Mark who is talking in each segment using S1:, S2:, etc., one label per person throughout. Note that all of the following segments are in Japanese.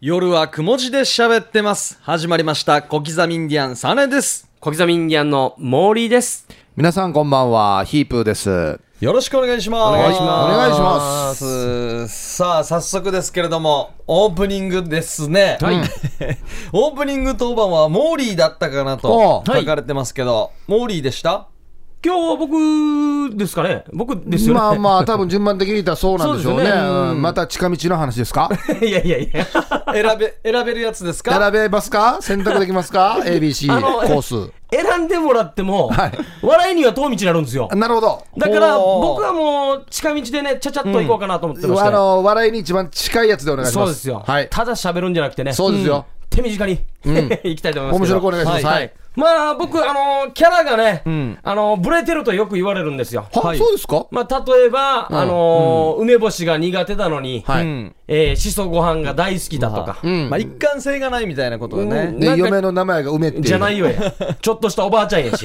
S1: 夜はくも字で喋ってます。始まりました。小刻みインディアンサネです。
S2: 小刻みインディアンの森です。
S3: 皆さんこんばんは、ヒープーです。
S1: よろしくお願いします。お。
S3: 願いしますお願いします
S1: さあ、早速ですけれども、オープニングですね。はい。 オープニング当番はモーリーだったかなと
S3: お
S1: 書かれてますけど、モーリーでした
S2: 今日は僕ですかね僕ですよね。
S3: まあまあ、多分順番的に言ったらそうなんでしょうね。
S2: そうですよね
S3: うんまた近道の話ですか
S2: いやいやいや。
S1: 選 べ、選べるやつですか
S3: 選べますか選択できますか ?ABC
S2: あの
S3: コー
S2: 選んでもらっても、
S3: はい
S2: 笑いには遠道になるんですよ
S3: ス。。なるほど。
S2: だから
S1: ほう
S2: 僕はもう近道でね、ちゃちゃっと行こうかなと思ってまし
S3: あ
S2: て。
S3: の、笑いに一番近いやつでお願いします。
S2: そうですよ。
S3: はい。
S2: ただ喋るんじゃなくてね。
S3: そうですよ。
S2: 手短に、 行きたいと思い
S3: 面
S2: ますけど。
S3: 白くお願いします。
S1: はい
S3: はい。
S2: まあ僕、あのキャラがね、あのブレてるとよく言われるんですよ。
S3: は、そうですか
S2: まあ、例えば、あの梅干しが苦手なのに、
S3: は
S1: う
S3: い。
S1: ん。
S2: えー、しそご飯が大好きだとか、
S3: うん
S1: まあ、一貫性がないみたいなことでね。
S3: で、
S2: なんか
S3: 嫁の名前が梅っていう。
S2: じゃないよや。ちょっとしたおばあちゃん やし。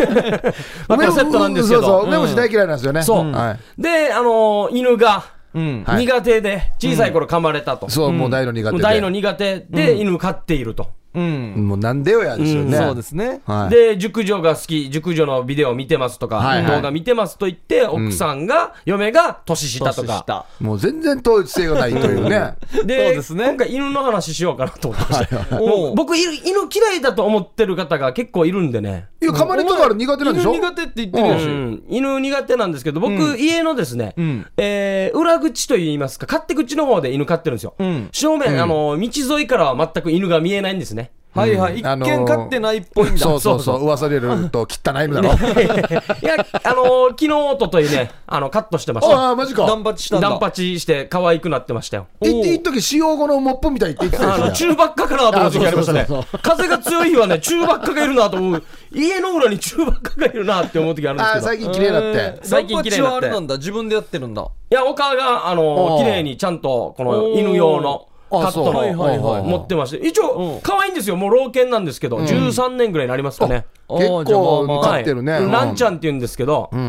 S2: まあ、これセットなんですけど。
S3: そうそう、梅干し大嫌いなんですよね。
S2: そう
S3: はい。
S2: で、あのー犬が
S1: うん。
S3: はい
S2: 苦手で、小さい頃噛まれたと。
S3: そう、もう大の苦手
S2: もう
S3: で。
S2: 大の苦手で、犬飼っていると。
S1: うん。
S3: もうなんでよやですよね。
S1: そうですね。
S3: はい。
S2: で、熟女が好き、熟女のビデオ見てますとか、
S3: はいはい
S2: 動画見てますと言って、奥さんが、嫁が年下と
S1: 年
S2: か。
S1: 下。
S3: もう全然統一性がないというね。
S2: で
S1: そうですね
S2: 今回犬の話しようかなと思ってました。も
S1: お
S2: う
S1: う
S2: 僕、犬犬嫌いだと思ってる方が結構いるんでね。
S3: いや、噛まれたから苦手なんでしょ
S1: 犬苦手って言ってるでし
S2: う
S1: ょ。
S2: ん犬苦手なんですけど、僕、家のですね、
S1: ん
S2: えー裏口といいますか、勝手口の方で犬飼ってるんですよ。
S1: ん
S2: 正面、あの、道沿いからは全く犬が見えないんですね。
S1: はいはい。一
S3: あのー
S1: 見飼ってないっぽいんだ。
S3: そうそうそう、噂でると汚いのだろ。
S2: いや、あの、昨日、おとといね、あの、カットしてまし
S3: あ
S2: た。
S3: あ、マジ
S1: 断
S3: か。
S1: 髪したんだ。
S2: ダンパチして可愛くなってましたよ。
S3: い一時使用後のモップみたいって言って
S2: あ
S3: た
S2: の、
S3: やつや
S2: 中ばっかかなと思う時ありましたね
S3: あそうそう。
S2: 風が強い日はね、中ばっかがいるなと思う。家の裏に中ばっかがいるなって思う時あるんです
S3: あ
S2: け
S3: あ、
S2: ど。
S3: 最近綺麗になって。
S2: 最近綺麗になって
S1: ランパチはあれなんだ自分でやってるんだ
S2: いや、お母が、あの
S3: お
S2: ー、
S3: ー
S2: 綺麗にちゃんと、この犬用の
S3: おー
S2: カ
S3: あ
S2: ットの、
S3: そうはいはいはい
S2: 持ってまして、一応、可愛いんですよ。もう老犬なんですけど、13年ぐらいになりますかね。
S1: あ
S3: 結
S1: ーじゃあまあま
S3: 構
S1: あ
S3: 飼ってるね。
S2: はい
S3: うん
S2: ランちゃんって言うんですけど、
S1: な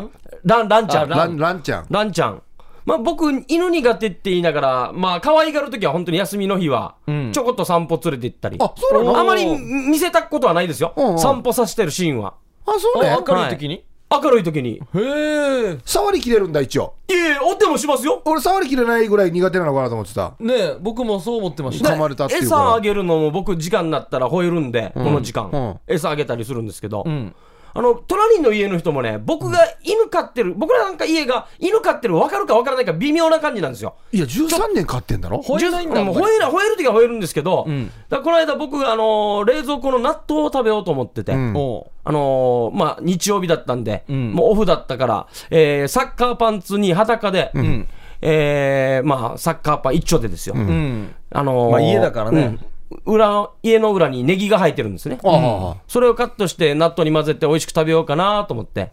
S1: ん
S2: ラン、ランちゃん。
S3: ラ
S2: ラ
S3: ン
S2: ン、
S3: ランちゃん。
S2: ランちゃん。まあ僕、犬苦手って言いながら、まあ可愛がるときは本当に休みの日は、ちょこっと散歩連れて行ったり。
S3: あそうな
S2: あ
S3: の
S2: まり見せたことはないですよ
S3: うんう。ん
S2: 散歩させてるシーンは。
S3: あ、そうね
S1: あ。明るい時に、
S2: 明るい時に。
S1: へえ
S3: 触り切れるんだ、一応。
S2: いえいえ、お手もしますよ。
S3: 俺、触り切れないぐらい苦手なのかなと思ってた。
S1: ねえ僕もそう思ってました
S3: 噛まれたっていうか
S2: 餌あ
S3: ら。
S2: げるのも僕時間になったら吠えるんで、この時間、
S3: うん
S2: 餌あげたりするんですけど、
S1: ん
S2: あの隣の家の人もね僕が犬飼ってる、僕らなんか家が犬飼ってる分かるか分からないか微妙な感じなんですよ
S3: いや、13年飼ってんだろ
S1: 吠えないんだも
S2: もうん吠えな吠える時は吠えるんですけど、
S1: ん
S2: だからこの間僕、あのー冷蔵庫の納豆を食べようと思ってて、
S3: うん
S1: おう
S2: あのーまあ、日曜日だったんで、
S1: ん
S2: もうオフだったから、えーサッカーパンツに裸で、
S1: ん
S2: えーまあ、サッカーパン一丁でですよ、
S1: うん
S2: あのー
S1: まあ家だからね
S2: うん裏家の裏にネギが生えてるんですね、
S3: あ
S2: それをカットして納豆に混ぜて美味しく食べようかなと思って、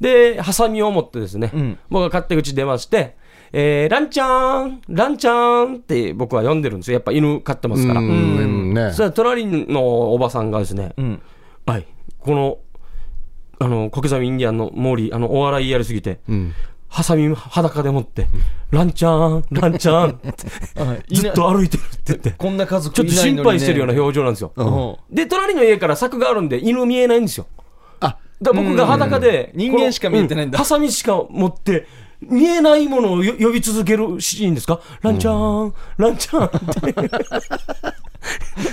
S2: でハサミを持ってですね、
S1: ん
S2: 僕が勝手口出ましてえー、ランちゃーん、ランちゃーんって僕は呼んでるんですよ、やっぱ犬飼ってま
S3: あ。
S2: すから、
S3: うんうんね
S2: そし。たら隣のおばさんがですね、
S1: ん
S2: はい、このあの小刻みインディアンのモーリー、あのお笑いやりすぎて、
S3: うん
S2: ハサミ裸で持って、ランちゃーん、ランちゃーんって、
S1: はい
S2: ずっと歩いてるって言って。
S1: こんな家族
S2: ちょっと心配してるような表情なんですよ。
S1: 情
S2: で、隣の家から柵があるんで、犬見えないんですよ。
S3: あ、
S2: だから僕が裸で、
S1: うん人間しか見えてないんだ
S2: このうハサミしか持って、見えないものをよ呼び続けるシーンですかランちゃーん、ランちゃーん って。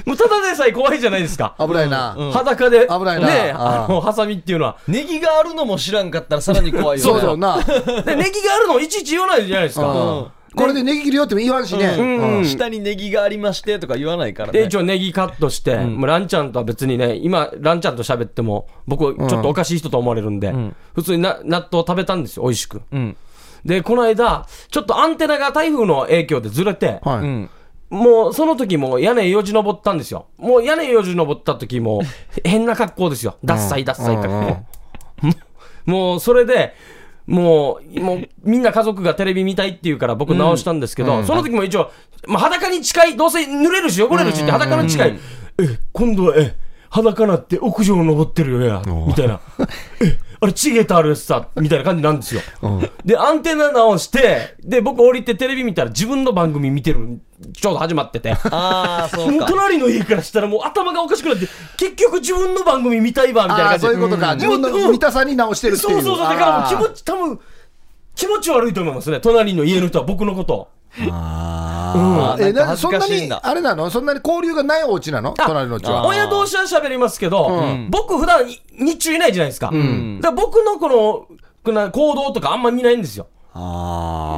S2: もうただでさえ怖いじゃないですか。
S3: 危ないな。
S2: 裸で、
S3: 危ないな
S2: ね、
S3: ああ
S2: あの、ハサミっていうのは。
S1: ネギがあるのも知らんかったらさらに怖いよね
S3: そうそうな。
S2: で、ネギがあるのをいちいち言わないじゃないです
S3: う
S2: か
S3: ん。これでネギ切るよっても言わんしね。
S2: うん
S1: 下にネギがありましてとか言わないから
S2: で、
S1: ね
S2: 一応ネギカットして、もうランちゃんとは別にね、今、ランちゃんと喋っても、僕、ちょっとおかしい人と思われるんで、普通にな納豆食べたんですよ、美味しく。
S1: ん
S2: で、この間、ちょっとアンテナが台風の影響でずれて、
S3: は
S1: う
S3: い。
S1: ん
S2: もうその時も屋根よじ登ったんですよ。もう屋根よじ登った時も、変な格好ですよ。ダッサイダッサイ格好。もうそれで、もう、もう、みんな家族がテレビ見たいって言うから僕直したんですけど、その時も一応、まあ、裸に近い、どうせ濡れるし汚れるしって裸に近い、え、今度は、え、裸なって屋上登ってるよや、みたいな。え、あれ、チゲタあるやつさ、みたいな感じなんですよ。で、アンテナ直して、で、僕降りてテレビ見たら自分の番組見てるちょうど始まって て。
S1: ああ、そう
S2: もう
S1: か。
S2: 隣の家からしたらもう頭がおかしくなって、結局自分の番組見たいわ、みたいな
S3: あ
S2: 感
S3: あ、
S2: じで。
S3: そういうことか。自分
S2: もう
S3: の見たさに直してるってい
S2: そう
S3: う。
S2: そうそう。だからもう気持
S3: ち。
S2: ち、多分、気持ち悪いと思いますね。隣の家の人は僕のこと。
S1: あーな
S3: え、
S1: ん
S3: な
S1: か恥ず
S3: そん
S1: か
S3: な
S1: しいん
S3: に、
S1: だ。
S3: あれなのそんなに交流がないお家なの
S2: あ
S3: 隣のうち
S1: あ
S3: は。
S2: 親同士は喋りますけど、
S3: うん
S2: 僕普段い日中いないじゃないですか。だから僕のこの、こんな行動とかあんま見ないんですよ。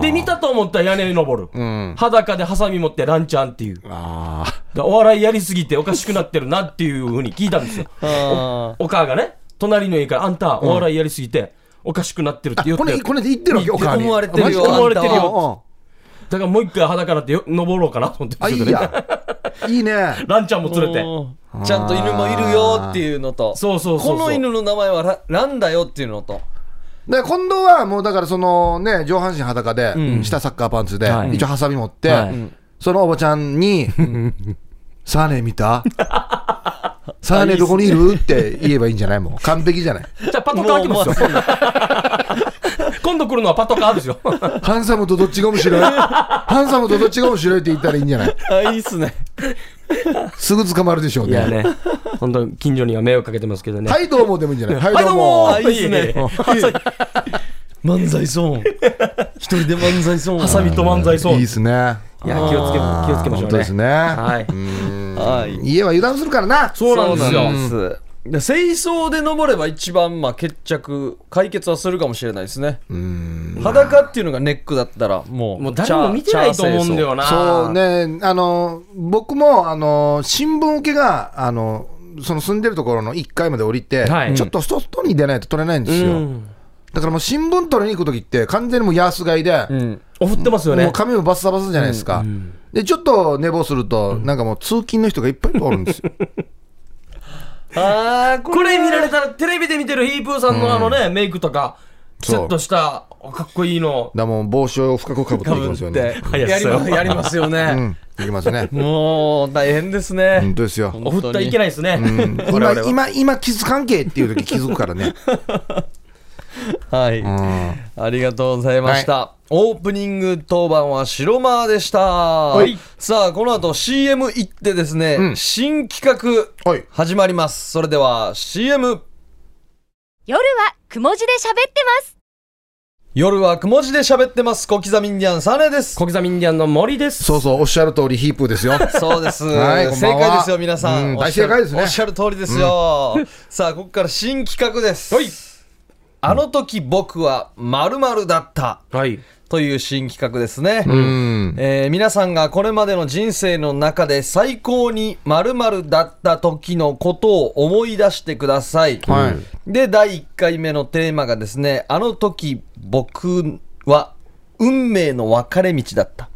S2: で、見たと思ったら屋根に登る。
S3: うん。
S2: 裸でハサミ持ってランチャンっていう。だか
S3: ああ。
S2: らお笑いやりすぎておかしくなってるなっていうふうに聞いたんですよ。
S1: あ
S2: お母がね、隣の家からあんたお笑いやりすぎておかしくなってるって
S3: あ
S2: 言っ
S3: こ
S2: て
S3: れ、これで言ってるわけ、おかわり。
S1: 思われてるよ
S3: あマジか
S2: 思われてるよ
S3: うんうん
S2: だからもう一回裸になってよ登ろうかなと思って
S3: あ、いいや。いいね。
S2: ランちゃんも
S1: ー
S2: 連れて。
S1: うんちゃんと犬もいるよっていうのと、
S2: そうそうそうそう
S1: この犬の名前はラランだよっていうのと、
S3: で今度はもうだからそのね上半身裸で、下サッカーパンツで、
S2: はい
S3: 一応ハサミ持って、
S2: はい
S3: うんそのおばちゃんに「サーネ見た? 」「サーネどこにいる?」って言えばいいんじゃないもう完璧じゃない
S2: じゃあパトカー開きますよ。
S1: もうま
S2: 今度来るのはパトカーですよ。
S3: ハンサムとどっちが面白いハンサムとどっちが面白いって言ったらいいんじゃない
S1: あいいっすね。
S3: すぐ捕まるでしょう
S2: いやね、
S3: ね
S2: 本当に近所には迷惑かけてますけどね。
S3: はいどうもでもいいんじゃないはい
S2: はい、
S3: ど
S2: ど
S3: う
S2: う
S3: も、
S2: も
S1: あいいっすね
S2: いえいえ
S1: 漫才ゾーン。一人で漫才ゾーン。
S2: ハサミと漫才そう。
S3: いい
S2: い
S3: っすね
S2: や、気をつけ、気をつけましょうね。
S3: 本当ですね、
S2: はい。
S1: はい。
S3: 家は油断するからな
S2: そうなんですよ。
S1: す。で清掃で登れば一番まあ決着解決はするかもしれないですね裸っていうのがネックだったらもう
S2: もう誰も見てないと思うんだよな。
S3: そう。ね、あの、僕も、あの、新聞受けが、あの、その住んでるところの1階まで降りて、
S2: はい
S3: ちょっと外に出ないと取れないんですよ。
S2: うん
S3: だからもう新聞取りに行くときって、完全にもう安買いで、
S1: うん
S2: おふってますよ
S3: もう
S2: ね。
S3: 髪もバッサバサじゃないですか。で、ちょっと寝坊すると、なんかもう通勤の人がいっぱい通るんですよ。
S1: ああ
S2: これ見られたら、テレビで見てるヒープーさんのあのね、メイクとか、
S3: そ
S2: セ
S3: う
S2: ットした、かっこいいの。
S3: だからもう帽子を深くかぶって
S1: か
S3: いき
S1: ぶ
S3: ま
S1: っ
S3: すよ
S1: て
S3: ね。
S1: やりまやりますよ
S3: う
S1: ね
S3: ん、いきますね。
S1: もう大変ですね
S3: 本当ですよ。
S2: おふったらいけないですね。
S3: うん
S2: 我々
S3: 今
S2: は
S3: 今、今気づかんけっていうとき気づくからね。
S1: はい
S3: うん
S1: ありがとうございました、オープニング当番は白間でした、
S2: い
S1: さあこの後 CM 行ってですね、
S3: うん
S1: 新企画
S3: はい
S1: 始まりますそれでは CM
S4: 夜はくも字で喋ってます。
S1: 夜はくも字で喋ってます小刻みインディアンサネです
S2: 小刻みインディアンの森です。
S3: そうそう、おっしゃる通り、ヒープーですよ。
S1: そうです。
S3: はいこんば
S1: 正
S3: んは
S1: 解ですよ、皆さ。
S3: うんん大正解ですね
S1: おっしゃるおっしゃる通りですよ。さあ、ここから新企画です。
S2: はい
S1: あの時僕は〇〇だった
S2: はい。
S1: という新企画ですね。
S3: うん。
S1: えー皆さんがこれまでの人生の中で最高に〇〇だった時のことを思い出してください。
S3: はい
S1: で、第1回目のテーマがですね、あの時僕は運命の分かれ道だった。
S3: あ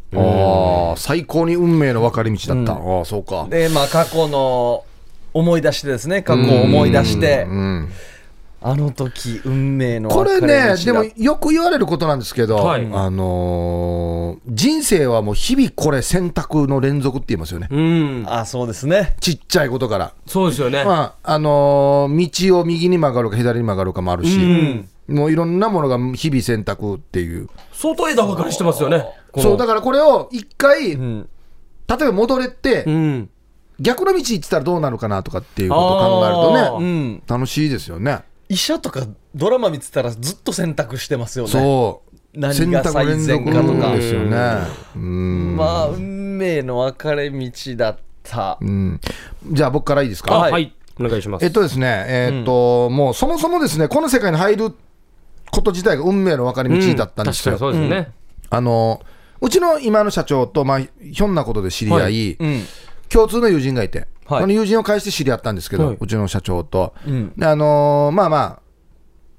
S3: あ、最高に運命の分かれ道だった。ああ、そうか。
S1: で、まあ、過去の思い出してですね、過去を思い出して
S3: う、ん、
S1: あの時、運命の
S3: こ
S1: 分
S3: れ
S1: かれ道だ
S3: ね、でもよく言われることなんですけど、
S2: はい
S3: あのー人生はもう日々これ選択の連続って言いますよね。
S2: うん。
S1: あ、そうですね。
S3: ちっちゃいことから。
S2: そうですよね。
S3: まあ、あのー道を右に曲がるか左に曲がるかもあるし、もういろんなものが日々選択っていう。
S2: 相当枝分かれしてますよね。この
S3: そう、だからこれを一回、
S1: ん
S3: 例えば戻れて、
S2: うん。
S3: 逆の道行ってたらどうなるかなとかっていうことを考えると
S2: あ
S1: う
S2: ー
S3: ね、
S1: ん。
S3: 楽しいですよね。
S1: 医者とかドラマ見てたらずっと選択してますよね。
S3: そう。
S1: 何が最善かとか
S3: 選択連続ですよね。うん。
S1: まあ、運命の分かれ道だった
S3: う。んじゃあ僕からいいです
S2: あ、
S3: か。
S1: はい
S2: はい。お願いします。
S3: えっとですね、えーっと、もうそもそもですね、この世界に入ること自体が運命の分かれ道だったんです
S2: うん確かにそ
S3: よ。
S2: うですよね。
S3: あの、うちの今の社長と、まあ、ひょんなことで知り合、
S2: はい
S1: うん。
S3: 共通の友人がいて、
S1: はい
S3: その友人を介して知り合ったんですけど、
S2: はいう
S3: ちの社長と。
S1: うん。
S3: であのーまあまあ、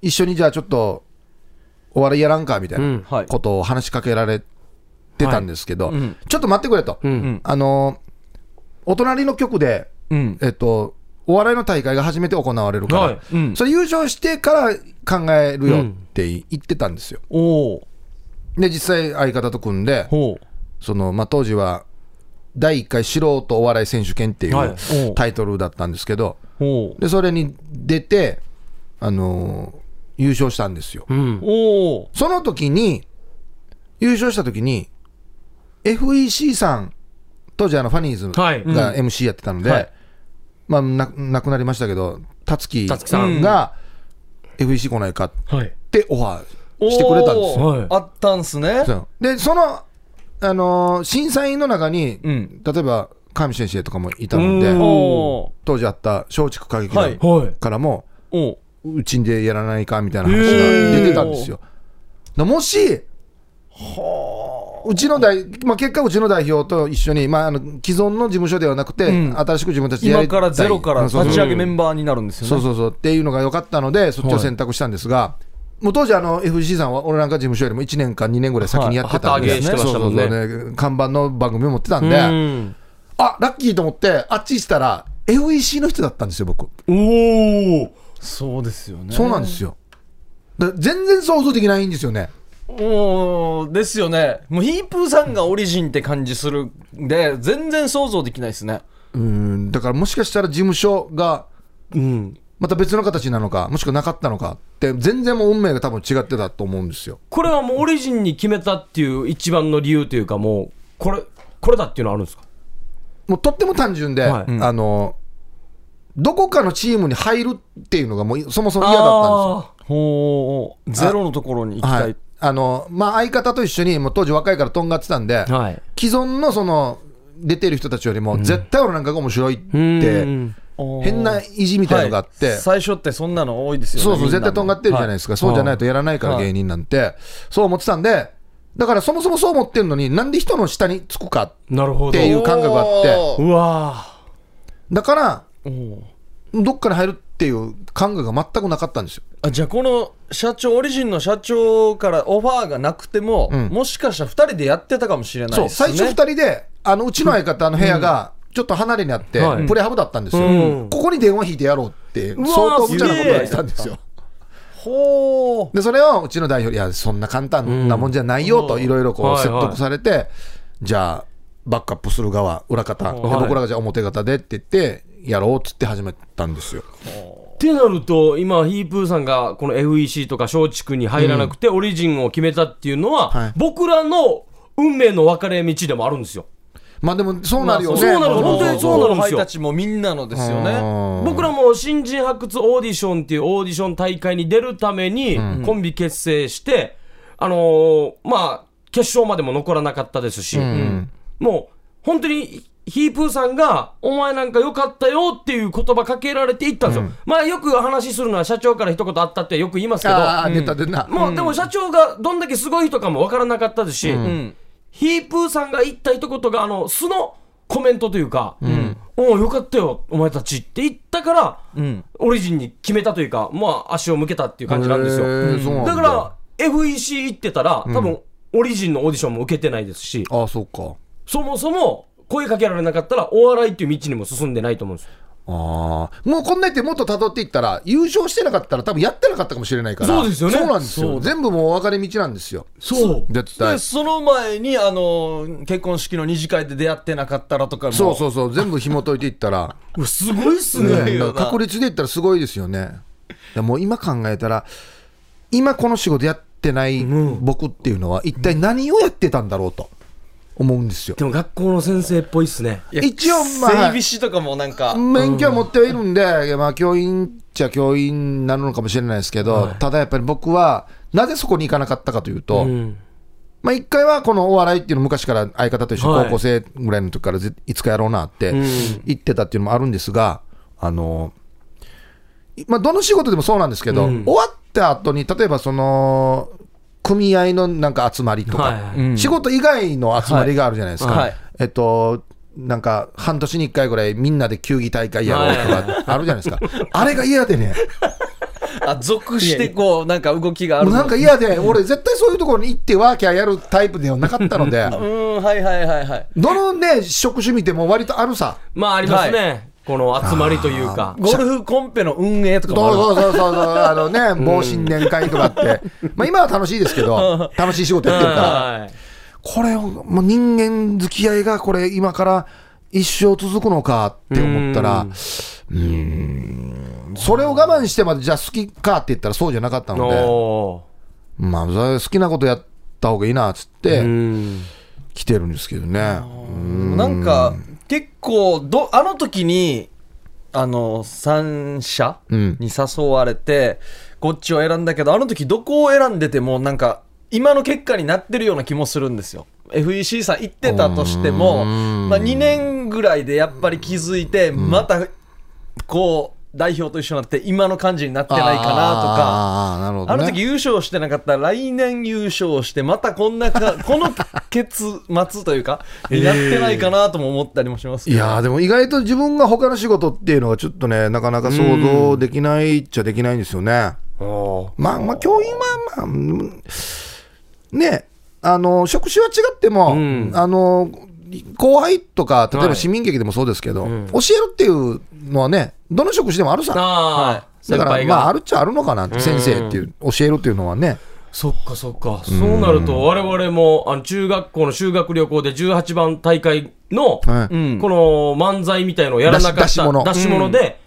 S3: 一緒にじゃあちょっと、お笑いやらんかみたいな。
S2: うん
S1: はい。
S3: ことを話しかけられてたんですけど、
S1: いうん
S3: ちょっと待ってくれと、
S2: うん。
S3: あのお隣の局で、
S1: うん。
S3: えっと、お笑いの大会が初めて行われるから、
S2: はい。
S1: うん。
S3: それ優勝してから考えるよって言ってたんですよ。
S1: おお。
S3: で、実際、相方と組んで、
S1: ほ
S3: そのまあ、当時は第1回素人お笑い選手権ってい
S2: はいう
S1: おう
S3: タイトルだったんですけど、
S1: う。ほう。
S3: でそれに出て、あの優勝したんですよ。
S2: うん。
S1: おお。
S3: その時に、優勝した時に、FEC さん当時あのファニーズ
S2: はい
S3: が MC やってたので、
S1: はい
S3: まあ、な亡くなりましたけど達樹
S2: 辰樹さん
S3: が FEC 来ないかっ
S2: はい。
S3: てオファーしてくれたんですよ。
S1: おー
S2: は
S1: あったんすね。
S3: そうでその、あのー審査員の中に、
S1: うん
S3: 例えば上先生とかもいたので
S2: うん
S1: お
S3: 当時あった松竹歌劇
S1: はい
S3: 団
S2: はい。
S3: からも、
S1: ーおー。
S3: うちんでやらないかみたいな話が出てたんですよ。だもし、うちの代、まあ、結果、うちの代表と一緒に、まあ、あの既存の事務所ではなくて、
S1: うん
S3: 新しく自分たちでや
S1: 今
S3: りたい
S1: からゼロから
S3: そう
S1: 立
S3: そう
S1: ち上げメンバーになるんですよね。
S3: そうそうそうっていうのが良かったので、そっちを選択したんですが、もう当時あの、FGC さんは俺なんか事務所よりも1年か2年ぐらい先にやってたんで、
S1: はい旗揚げして
S2: ましたもんね
S3: そうそうそうね看板の番組を持ってたんで、
S2: うん。
S3: あラッキーと思って、あっちしたら、FEC の人だったんですよ、僕。
S2: おお。
S1: そうですよね。
S3: そうなんですよ。だから全然想像できないんですよね。
S1: おーですよね。もうヒープーさんがオリジンって感じするんで、全然想像できないですね。
S3: うーんだからもしかしたら事務所が
S2: うん。
S3: また別の形なのかもしくはなかったのかって全然もう運命が多分違ってたと思うんですよ
S2: これはもうオリジンに決めたっていう一番の理由というか、もう、これ、これだっていうのはあるんですか
S3: もうとっても単純で、
S2: はい
S3: あのどこかのチームに入るっていうのがもうそもそも嫌だったんですよ
S1: ほう、ゼロのところに行きたい。
S3: はいあのまあ、相方と一緒にもう当時若いからとんがってたんで、
S2: はい。っ
S3: 既存のその出てる人たちよりも絶対俺なんかが面白いって、
S1: おー
S3: 変な意地みたいのがあって、
S1: はい最初ってそんなの多いですよね。
S3: そうそう、
S1: みな
S3: 絶対とんがってるじゃないですか、そうじゃないとやらないから、
S1: はい
S3: 芸人なんて、そう思ってたんで、だからそもそもそう思ってるのに、なんで人の下につくか
S2: なるほ
S3: っ
S2: ど。
S3: ていう感覚があって、
S2: うわ
S3: だから、
S1: はいおー
S3: どっかに入るっていう感覚が全くなかったんですよ。
S1: あじゃあこの社長オリジンの社長からオファーがなくても、
S3: うん
S1: もしかしたら2人でやってたかもしれない
S3: そ
S1: で
S3: う
S1: すね
S3: 最初2人で、あのうちの相方の部屋がちょっと離れにあって、
S2: はい
S3: プレハブだったんですよ、
S2: うん
S3: ここに電話引いてやろうって、
S2: わー
S3: 相当無茶なことやってたんですよ。
S1: ほ
S3: でそれをうちの代表に、いや、そんな簡単なもんじゃないよと、いろいろこう
S2: はい
S3: 説
S2: はい
S3: 得されて、じゃあ、バックアップする側、裏方、で
S2: はい
S3: 僕らがじゃあ表方でって言って、やろうっつって始めたんですよ。
S2: ーってなると、今、ヒープーさんがこの FEC とか松竹に入らなくて、オリジンを決めたっていうのは、
S3: はい
S2: 僕らの運命の分かれ道でもあるんですよ。
S3: まあでも、そうなるよね。
S2: まあそうなる
S1: う
S2: 本当にそうな
S1: 後
S2: の
S1: 輩たちもみんなのですよね
S3: うん
S2: 僕らも新人発掘オーディションっていうオーディション大会に出るためにコンビ結成して、あのーまあ決勝までも残らなかったですし、
S3: ん
S2: もう本当にヒープーさんが「お前なんか良かったよ」っていう言葉かけられていったんですよ、まあよく話しするのは社長から一言あったってよく言いますけど
S3: ああ、出た出た。
S2: もうでも社長がどんだけすごい人かも分からなかったですし、
S1: うん
S2: ヒープーさんが言った一言が、あの、素のコメントというか、おうよかったよ、お前たちって言ったから、
S1: ん
S2: オリジンに決めたというか、まあ、足を向けたっていう感じなんです
S3: へ
S2: よ。
S3: ーそうなん
S2: だから、FEC 行ってたら、多分、オリジンのオーディションも受けてないですし、
S3: ああ、そうか。
S2: そもそも声かけられなかったら、お笑いっていう道にも進んでないと思うんですよ。
S3: ああ、もうこんなやってもっと辿っていったら、優勝してなかったら、多分やってなかったかもしれないから、
S2: そうですよね
S3: そうなんです
S2: そ
S3: よ。
S2: う
S3: 全部もう分かれ道なんですよ。
S2: そう。
S3: 絶
S1: で
S3: 対。
S1: その前にあの結婚式の二次会で出会ってなかったらとかも
S3: そうそうそう、全部紐解いていったら。
S2: すごいっす
S1: ご
S2: ね。
S1: いよな
S3: うんだから確率で言ったらすごいですよね。だからもう今考えたら、今この仕事やってない僕っていうのは、一体何をやってたんだろうと思うんですよ。
S2: でも学校の先生っぽいっすね。
S1: いや
S3: 一応ま
S1: 整
S3: あ
S1: 備士とかもなんか、
S3: 免許は持ってはいるんで、いやまあ教員っちゃ教員なのかもしれないですけど、ただやっぱり僕は、なぜそこに行かなかったかというと、
S2: うん。
S3: まあ一回はこのお笑いっていうの昔から相方と一緒
S2: は
S3: に
S2: い
S3: 高校生ぐらいの時からぜいつかやろうなって言ってたっていうのもあるんですが、あの、いまあどの仕事でもそうなんですけど、
S2: うん
S3: 終わった後に、例えばその、組合のなんか集まりとか、
S2: はいはい
S1: うん
S3: 仕事以外の集まりがあるじゃないですか。
S1: はい
S3: えっと、なんか半年に1回ぐらいみんなで球技大会やろうとかあるじゃない ですか。あれが嫌でね。
S1: あ属してこうなんか動きがあ
S3: も
S1: る
S3: うなんか嫌で、俺絶対そういうところに行ってワーキャーやるタイプではなかったので。
S1: うんはいはいはいはい
S3: どのね、職種見ても割とあるさ。
S2: まあ、ありますね。この集まりというか。
S1: ゴルフコンペの運営と
S3: そ
S1: か
S3: う
S1: もある
S3: そうそうそう、あのね、某新年会とかって。まあ今は楽しいですけど、楽しい仕事やってるから。
S2: はい。
S3: これを、もう人間付き合いがこれ今から一生続くのかって思ったら、うーん、それを我慢してまでじゃあ好きかって言ったらそうじゃなかったの
S2: お
S3: で、まあそれ好きなことやった方がいいなっつって、
S2: ーうん
S3: 来てるんですけどね。うん
S1: なんか、結構ど、あの時に、あの、三社
S3: うん
S1: に誘われて、こっちを選んだけど、あの時どこを選んでても、なんか、今の結果になってるような気もするんですよ。FEC さん行ってたとしても、
S3: うん
S1: まあ、2年ぐらいでやっぱり気づいて、また、こう、代表と一緒になって、今の感じになってないかなとか、
S3: あーなるほど、
S1: あ
S3: ね。
S1: の時優勝してなかったら来年優勝してまたこんな かこの結末というかになってないかなとも思ったりもしますけ
S3: い
S1: ど
S3: やーでも意外と自分が他の仕事っていうのがちょっとね、なかなか想像できないっちゃできないんですよね。まあまあ、教員はまあうん、ね、あの、職種は違っても、
S2: ん
S3: あの、後輩とか、例え
S2: は
S3: ば
S2: い
S3: 市民劇でもそうですけど、
S2: ん
S3: 教えるっていうのはね、どの職種でもある
S2: あ
S3: さ。
S2: あ、
S1: はい
S3: だ
S2: 先
S3: から、
S2: 輩
S3: ま
S2: が、
S3: あ、あるっちゃあるのかな、先生っていう、教えるっていうのはね。
S2: そっかそっか、そうなると我々もあの中学校の修学旅行で18番大会の、
S3: はい
S1: うん
S2: この漫才みたいのをやらなかった
S3: 出し出し物
S2: 出し物で、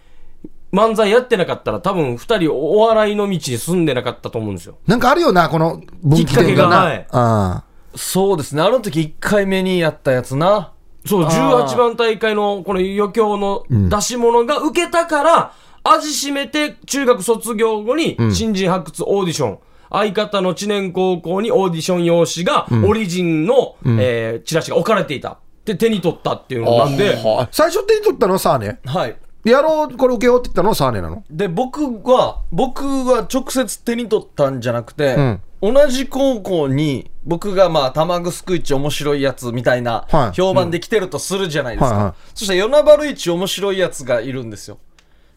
S2: 漫才やってなかったら多分二人お笑いの道に進んでなかったと思うんですよ。
S3: なんかあるよな、この分岐点
S2: きっかけが
S3: がな。
S2: はい
S3: あ
S1: そうですねあの時1回目にやったやつな
S2: そう、
S1: あー
S2: 18番大会のこの余興の出し物が受けたから、味しめて中学卒業後に新人発掘オーディション、相方の知念高校にオーディション用紙が、オリジンの、えーチラシが置かれていた。で、手に取ったっていうのなんで、
S3: あ最初手に取ったのはサーネ
S1: はい
S3: やろう、これ受けようって言ったのはサーネなの
S1: で僕は僕は直接手に取ったんじゃなくて、
S3: ん
S1: 同じ高校に僕がまあ玉城スイッチ面白いやつみたいな
S3: はい
S1: 評判で来てるとするじゃないですか、
S3: はいはい
S1: そして与那原一面白いやつがいるんですよ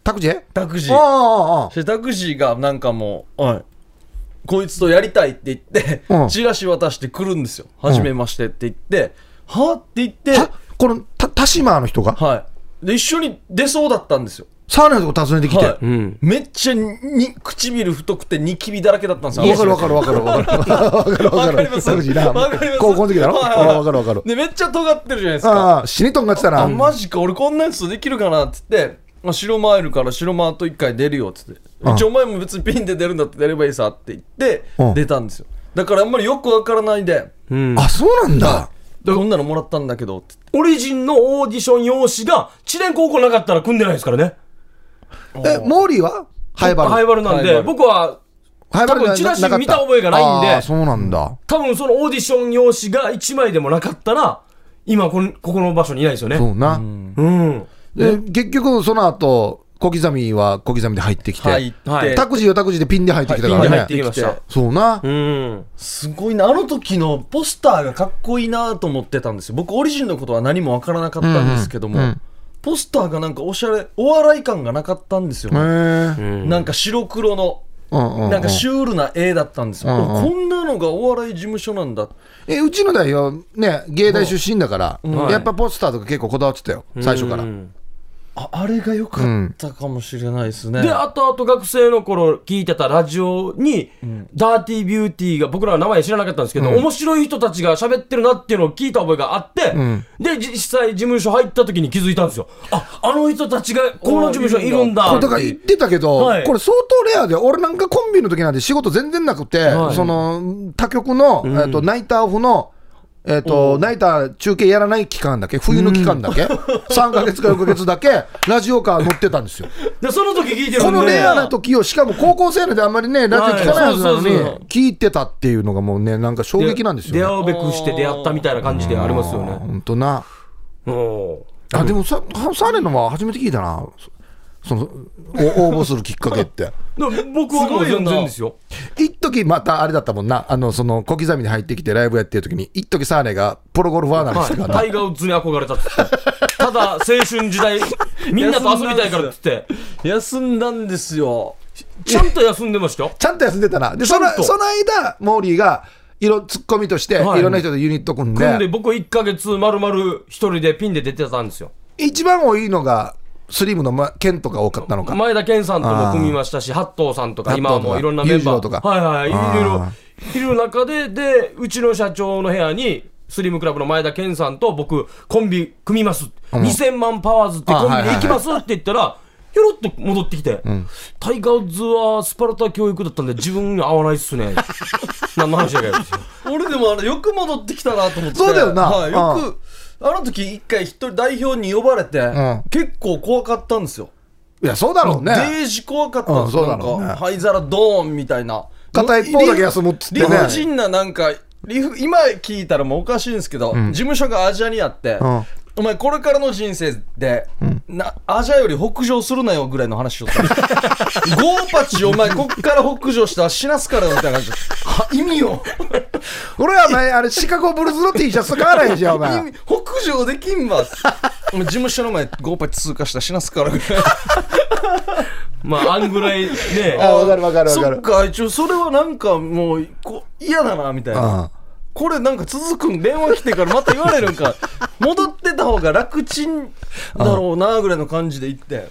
S3: タクジェ
S1: 拓司
S3: ああああ、ああ。
S1: でタクシーがなんかもう、はい、こいつとやりたいって言って、
S3: うん
S1: チラシ渡してくるんですよ。はじめましてって言って、はって言って、
S3: たこのた田島の人が、
S1: はい。で、一緒に出そうだったんですよ。
S3: サーネのとこ訪ねてきて、
S1: は
S3: わ
S1: い
S2: ん
S1: めっちゃに唇太くてニキビだらけだったんですよ。
S3: かるわかるわかるわかるわかるわか
S1: わかり
S3: る
S1: ます
S3: タクシーな
S1: わかります
S3: 高校の時だろ
S1: はいはいはい
S3: あわかるわかる
S1: で、めっちゃ尖ってるじゃないですか。
S3: ああ死にとんがってたな
S1: あ、マジか、俺こんなやつできるかなって言って、まあ、白マイルから白マート1回出るよって
S3: う
S1: 言
S3: ん
S1: って、一応お前も別にピンで出るんだって出ればいいさって言って
S3: うん、
S1: 出たんですよ。だからあんまりよくわからないで、
S2: うん
S3: あそうなんだ
S1: こんなのもらったんだけどって
S2: オリジンのオーディション用紙が、知念高校なかったら組んでないですからね。
S3: えモーリーはハイバル
S2: ハイバルなん
S1: ハイバ
S2: で、
S1: ル
S2: 僕は
S3: ハイバル
S2: 多分チラシ見た覚えがないんで
S3: ああそうなんだ
S2: 多分そのオーディション用紙が1枚でもなかったら、今この、ここの場所にいないですよね。
S3: そうな、
S2: うん。
S3: で結局その後小刻みは小刻みで入ってきて、
S1: 入って、
S2: はい
S3: タクシーはタクシーでピンで入ってきたか
S2: ピンで入
S3: ら
S2: っ
S3: ね
S2: てきました。
S3: そうな、
S2: うん。
S1: すごいなあの時のポスターがかっこいいなと思ってたんですよ僕オリジンのことは何もわからなかったんですけども、
S3: うんうん
S1: ポスターがなんかおしゃれお笑い感がなかったんですよ、
S3: へえ
S1: なんか白黒の
S3: うんうんうん
S1: なんかシュールな絵だったんですよ、
S3: うんうん
S1: おこんなのがお笑い事務所なんだ
S3: えうちの代表ね芸大出身だから、
S2: ん
S3: やっぱポスターとか結構こだわってたよ最初から、
S2: うん
S1: ああれが良かったかもしれないですね、
S2: で、あとあと学生の頃聞いてたラジオに、ダーティービューティーが、僕らは名前知らなかったんですけど、面白い人たちが喋ってるなっていうのを聞いた覚えがあって、
S3: ん
S2: で、実際事務所入った時に気づいたんですよ。あ、あの人たちがこの事務所にいるんだ
S3: これだから言ってたけど、
S2: はい
S3: これ相当レアで、俺なんかコンビの時なんて仕事全然なくて、
S2: はい
S3: その他局の、えっとナイターオフの、えっとナイター中継やらない期間だけ、冬の期間だ け、3か月か4か月だけ、ラジオカー乗ってたんですよ。
S2: で、その時聞いてるんで。
S3: このレアな時を、しかも高校生のであんまりね、ラジオ聞かないはずなのに
S2: はいそうそうそう、
S3: 聞いてたっていうのがもうね、なんか衝撃なんです
S2: 出
S3: よ
S2: 会
S3: ね。
S2: うべくして出会ったみたいな感じでありますよね。
S3: 本当な。
S2: うん
S3: あでもさ、サーレのは初めて聞いたな、そのお応募するきっかけって。
S2: だから僕はもう全然ですよ。
S3: 一時またあれだったもんな、あのその小刻みに入ってきてライブやってる時に、一時サーネがプロゴルファーなんで
S2: は
S3: す
S2: い、
S3: から
S2: タイガー・ウッズに憧れたっつって。ただ、青春時 代、みんなと遊びたいからっつって、
S1: 休んだんですよ
S2: ちゃんと休んでましたよ。
S3: ちゃんと休んでたな。で、その
S2: ちゃんと
S3: その間、モーリーが色ツッコミとして、
S2: はい
S3: いろんな人とユニット組んで、
S2: 組んで、僕1ヶ月丸々一人でピンで出てたんですよ。
S3: 一番多いのが、スリムの、ま、剣とか多かったのか。
S2: 前田健さんとも組みましたし、八頭さんとか、
S3: 八頭
S2: 今
S3: とか
S2: はもういろんなメンバ
S3: 裕次郎
S2: ー
S3: とか
S2: はいはい、いろ
S3: あ
S2: いろいる中で、で、うちの社長の部屋に、スリムクラブの前田健さんと僕、コンビ組みます、2000万パワーズってコンビで行きますって言ったら、ひょろっと戻ってきて、タイガーズはスパルタ教育だったんで自分に合わないっすね 何の話やかよ
S1: 俺でもあれよく戻ってきたなと思って
S3: そうだよな
S1: はい、よくあの時一回一人代表に呼ばれて、
S3: ん
S1: 結構怖かったんですよ
S3: いや、そうだろう
S1: デ
S3: ね。
S1: ージ怖かったんですよ、
S3: うん
S1: な
S3: そうんだ
S1: か、
S3: ろうね
S1: 灰皿ドーンみたいな
S3: 片一方だけ休むっつってね
S1: 理不尽ななんか理不今聞いたらもうおかしいんですけど、事務所がアジアにあって、
S3: ん
S1: お前これからの人生で、なアジアより北上するなよぐらいの話しとっ たゴーパチお前こっから北上したら死なすからよみたいな感じは意味を
S3: 俺はお前、あれ、シカゴブルーズの T シャツ買わないじゃん、お
S1: 意
S3: 前
S1: 味。北上できんわお前事務所の前ゴーパチ通過したら死なすからぐらい
S2: まああんぐらいね
S3: あ、わかるわかるわか
S1: そっ
S3: る。
S1: か一応それはなんかもうこ嫌だなみたいな、
S3: うん
S1: これなんか続くん電話来てからまた言われるん か戻ってた方が楽ちんだろうなぐらいの感じで行って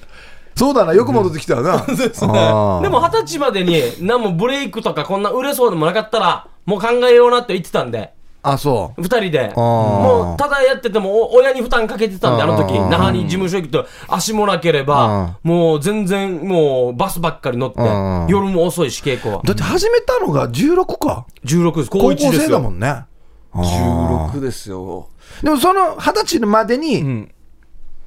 S3: そうだな、よく戻ってきたよな。
S1: ですね
S3: あー
S2: でも二十歳までに何もブレイクとかこんな売れそうでもなかったらもう考えようなって言ってたんで
S3: あ、そう。
S2: 二人で
S3: あー
S2: もうただやっててもお親に負担かけてたんであの時
S3: あー
S2: 那覇に事務所行くと足もなければもう全然もうバスばっかり乗って
S3: ん
S2: 夜も遅いし稽古は
S3: だって始めたのが16か。
S2: 16です高
S3: 高校
S2: 1です
S3: 生だも
S2: よ
S3: んね。
S1: 16ですよ
S3: でもその二十歳までに、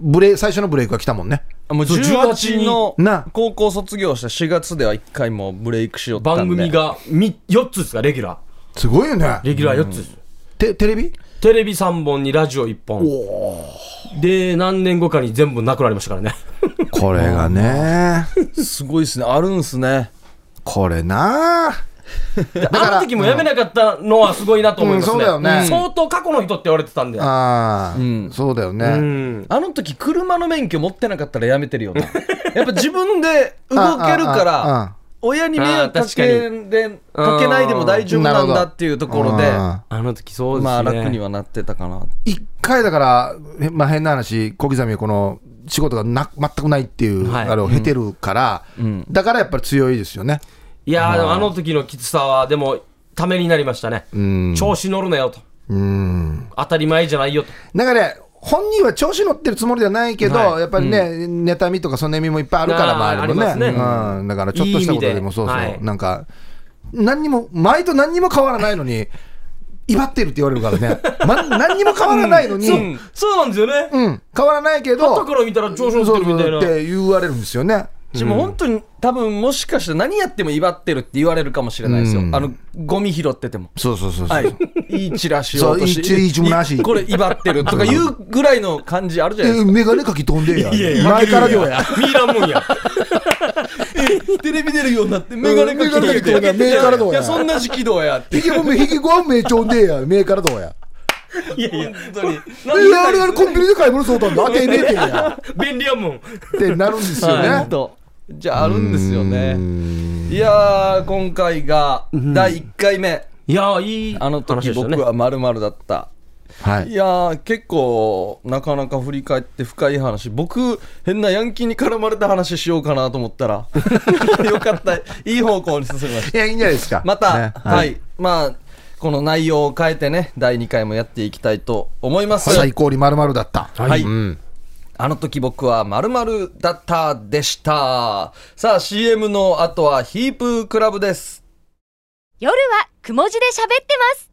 S3: ブレイ最初のブレイクが来たもんね。
S1: あもう
S2: そう
S1: 18
S2: 18
S1: の
S3: な
S1: 高校卒業した4月では一回もうブレイクしよったんで
S2: 番組がみ4つですかレギュラ
S3: すごいよね
S2: ー。レギュラー4つです
S3: てテレビ
S2: テレビ3本にラジオ1本で何年後かに全部なくなりましたからね
S3: これが ね。
S1: すごいですねあるんすね
S3: これなあ
S2: あの時もやめなかったのはすごいなと思いますね,、
S3: うんそうだよね
S2: 相当過去の人って言われてたんで
S3: あー、
S1: ん
S3: そうだよね。
S2: うん
S1: あの時車の免許持ってなかったらやめて るよなやっぱ自分で動けるか
S3: あああ
S1: ら
S3: あ
S1: 親に迷惑かけ
S2: ああ
S1: でかけないでも大丈夫なんだっていうところで
S3: あ
S2: あの時そうですね
S1: まあ楽にはなってたかな
S3: ー一回だから、へまあ、変な話、小刻みこの仕事がな全くないっていう、
S2: はい
S3: あれを経てるから、だからやっぱり強いですよね。
S2: いやーでもあの時のきつさはでもためになりましたね調子乗るなよと当たり前じゃないよと
S3: だから、ね、本人は調子乗ってるつもりではないけど、
S2: はい
S3: やっぱりね、妬みとかその意味もいっぱいあるから、
S2: あー
S3: 周りも
S2: あり
S3: ね
S2: ますね
S3: うん。だからちょっとしたこと
S2: いい意
S3: で
S2: 味
S3: も
S2: で
S3: そうそう、
S2: はい
S3: なんか、何にも、前と何にも変わらないのに、威張ってるって言われるからね、 ま、何にも変わらないのに、うん
S2: そうなんですよね
S3: 変わらないけど、
S2: 後から見たら調子乗ってるみたい
S3: そう
S2: な
S3: そうって言われるんですよね。
S1: でも本当に多分もしかしたら何やっても威張ってるって言われるかもしれないですよ
S3: うん
S1: あのゴミ拾ってても
S3: そうそうそうそう。
S1: はいいいチラシを落とし
S3: そういいチいいチラシ
S1: いこれ威張ってるとかいうぐらいの感じあるじゃないです
S3: え、メガネかき飛んでんや
S2: いやいや
S3: 前からではや。
S2: ミイランもんや
S1: かテレビ出るようになってメガネかけ
S3: メガ
S1: て
S3: ネかけて
S1: い
S3: メガネどう
S1: や
S3: や
S1: いやそんな時期どうやって
S3: ひげもめ、ひげごはんめちょんでんや。前からどうや。
S2: いやいや
S1: 本当に
S3: え、あれあれコンビニで買い物そうだんだ。あてねえてんや。
S2: 便利やもん
S3: ってなるんですよ
S1: はい
S3: ね。
S1: とじゃああるんですよねいやー今回が第1回目
S2: いやーいい
S1: あの時
S2: 話でしたね
S1: 僕はまるまるだった。
S3: はい
S1: やー結構なかなか振り返って深い話僕変なヤンキーに絡まれた話しようかなと思ったらよかったいい方向に進みまし
S3: い
S1: た
S3: や、いいんじゃないですか。
S1: また、
S3: ね
S1: はい、。まあこの内容を変えてね第2回もやっていきたいと思います、
S3: 最高にまるまるだった。
S1: はい
S3: うん
S1: あの時僕は〇〇だったでした。さあ CM の後はヒープークラブです。
S4: 夜はくも字で喋ってます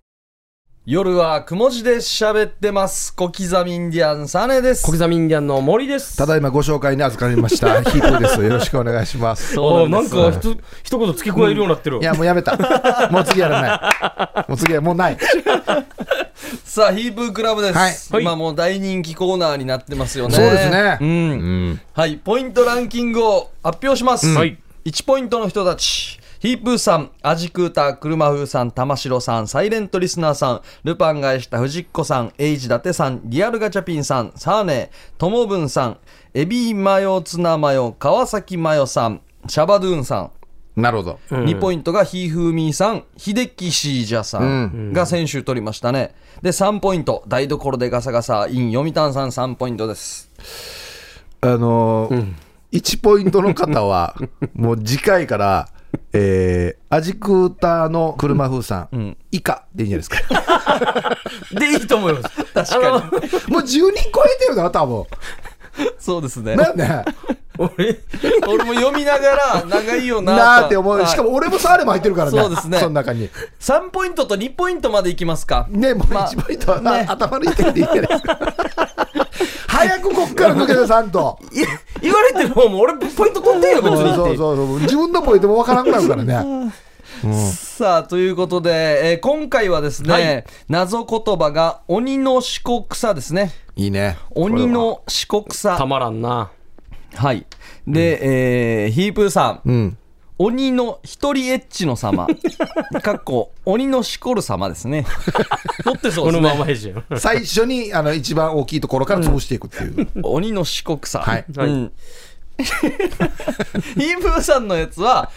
S1: 夜はくも字で喋ってます。小刻みインディアンサネです。
S2: 小刻みインディアンの森です
S3: ただいまご紹介に預かりま した。ヒープーです。よろしくお願いします。
S2: おーなん
S1: は
S2: かひと一言付け加えるようになってる
S3: いや、もうやめた。もう次やらない。もう次はもうない。
S1: さあヒープークラブです。
S2: はい
S1: 今もう大人気コーナーになってますよね。
S3: そうですね
S1: うん。はい、ポイントランキングを発表します。
S2: んはい
S1: 1ポイントの人たち。ヒープーさん、アジクーター、車風さん、玉城さん、サイレントリスナーさん、ルパン返した藤っ子さん、エイジ伊達さん、リアルガチャピンさん、サーネー、ともぶんさん、エビマヨツナマヨ、川崎マヨさん、シャバドゥーンさん、
S3: なるほど。
S1: 2ポイントがひーふーみーさん、ひできしーじゃさんが先週取りましたね。で、3ポイント、台所でガサガサ、イン、読谷さん3ポイントです。
S3: あのー1ポイントの方 は、もう次回から、えー、アジクーターの車風さん、以下でいいんじゃないですか。
S2: でいいと思います確かに
S3: もう10人超えてるな、多分。
S1: そうですね。
S3: だよね。
S2: 俺、
S1: 俺も読みながら、長いよな
S3: なあって思う。しか
S1: も。
S3: も俺もサーレも入ってるからね。
S1: そうですね
S3: その中に。
S1: 3ポイントと2ポイントまでいきますか。
S3: ね、もう
S1: まあ
S3: 1ポイントは、
S1: ね
S3: あ頭のい点でいいんじゃないです か。早くこっから抜けてさんと。
S2: いや言われてる方も俺、ポイント取ってんよ、別
S3: そ
S2: に
S3: う
S2: って。
S3: そうそうそう。自分のポイントもわからんくなるからね。
S1: さあ、ということで、えー今回はですね、
S2: はい
S1: 謎言葉が鬼の四国さですね。
S3: いいね。
S1: 鬼の四国
S2: た
S1: さ。
S2: まらんな。
S1: はい。で、えーヒープーさん。
S3: うん。
S1: 鬼の一人エッチの 様。かっこ、鬼のしこる様ですね。持ってそう
S2: こ
S1: で
S2: の
S1: すね。
S2: ままやしよ。
S3: 最初に、あの、一番大きいところから潰してい くっていう。
S1: 鬼の四国さ。
S3: はい
S1: うん ヒープーさんのやつは、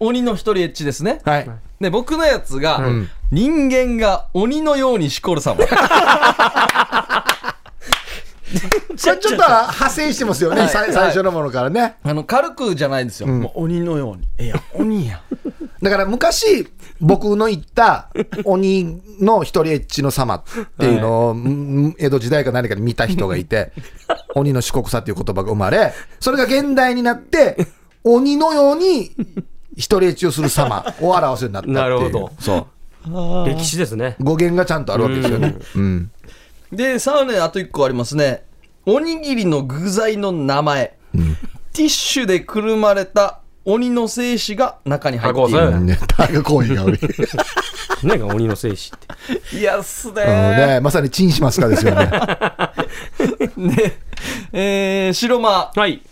S1: 鬼の一人エッチですね。
S3: はい。
S1: で、僕のやつが、
S3: ん
S1: 人間が鬼のようにしこる様。
S3: これちょっと派生してますよね。さい最初のものからね。
S1: あの、軽くじゃないですよ。もう鬼のように。いや、鬼や。
S3: だから昔、僕の言った鬼の一人エッチの様っていうのを、うん江戸時代か何かで見た人がいて、 鬼の四国さっていう言葉が生まれ、それが現代になって、鬼のように一人エッチをする様を表すようになったっていう。
S2: なるほど
S3: そう。
S2: 歴史ですね。
S3: 語源がちゃんとあるわけですよね。うん。
S1: で、さあね、あと一個ありますね。おにぎりの具材の名前。ティッシュでくるまれた鬼の精子が中に入
S2: あ、
S1: って
S2: こう
S1: い
S2: さ
S1: る。
S2: ん。
S3: ね、大学行為が多い。
S2: 何が鬼の精子って。
S1: いやっす
S3: うん
S1: ね
S3: ね、まさにチンしますかです よね。
S1: ね。えー、白間。
S2: はい。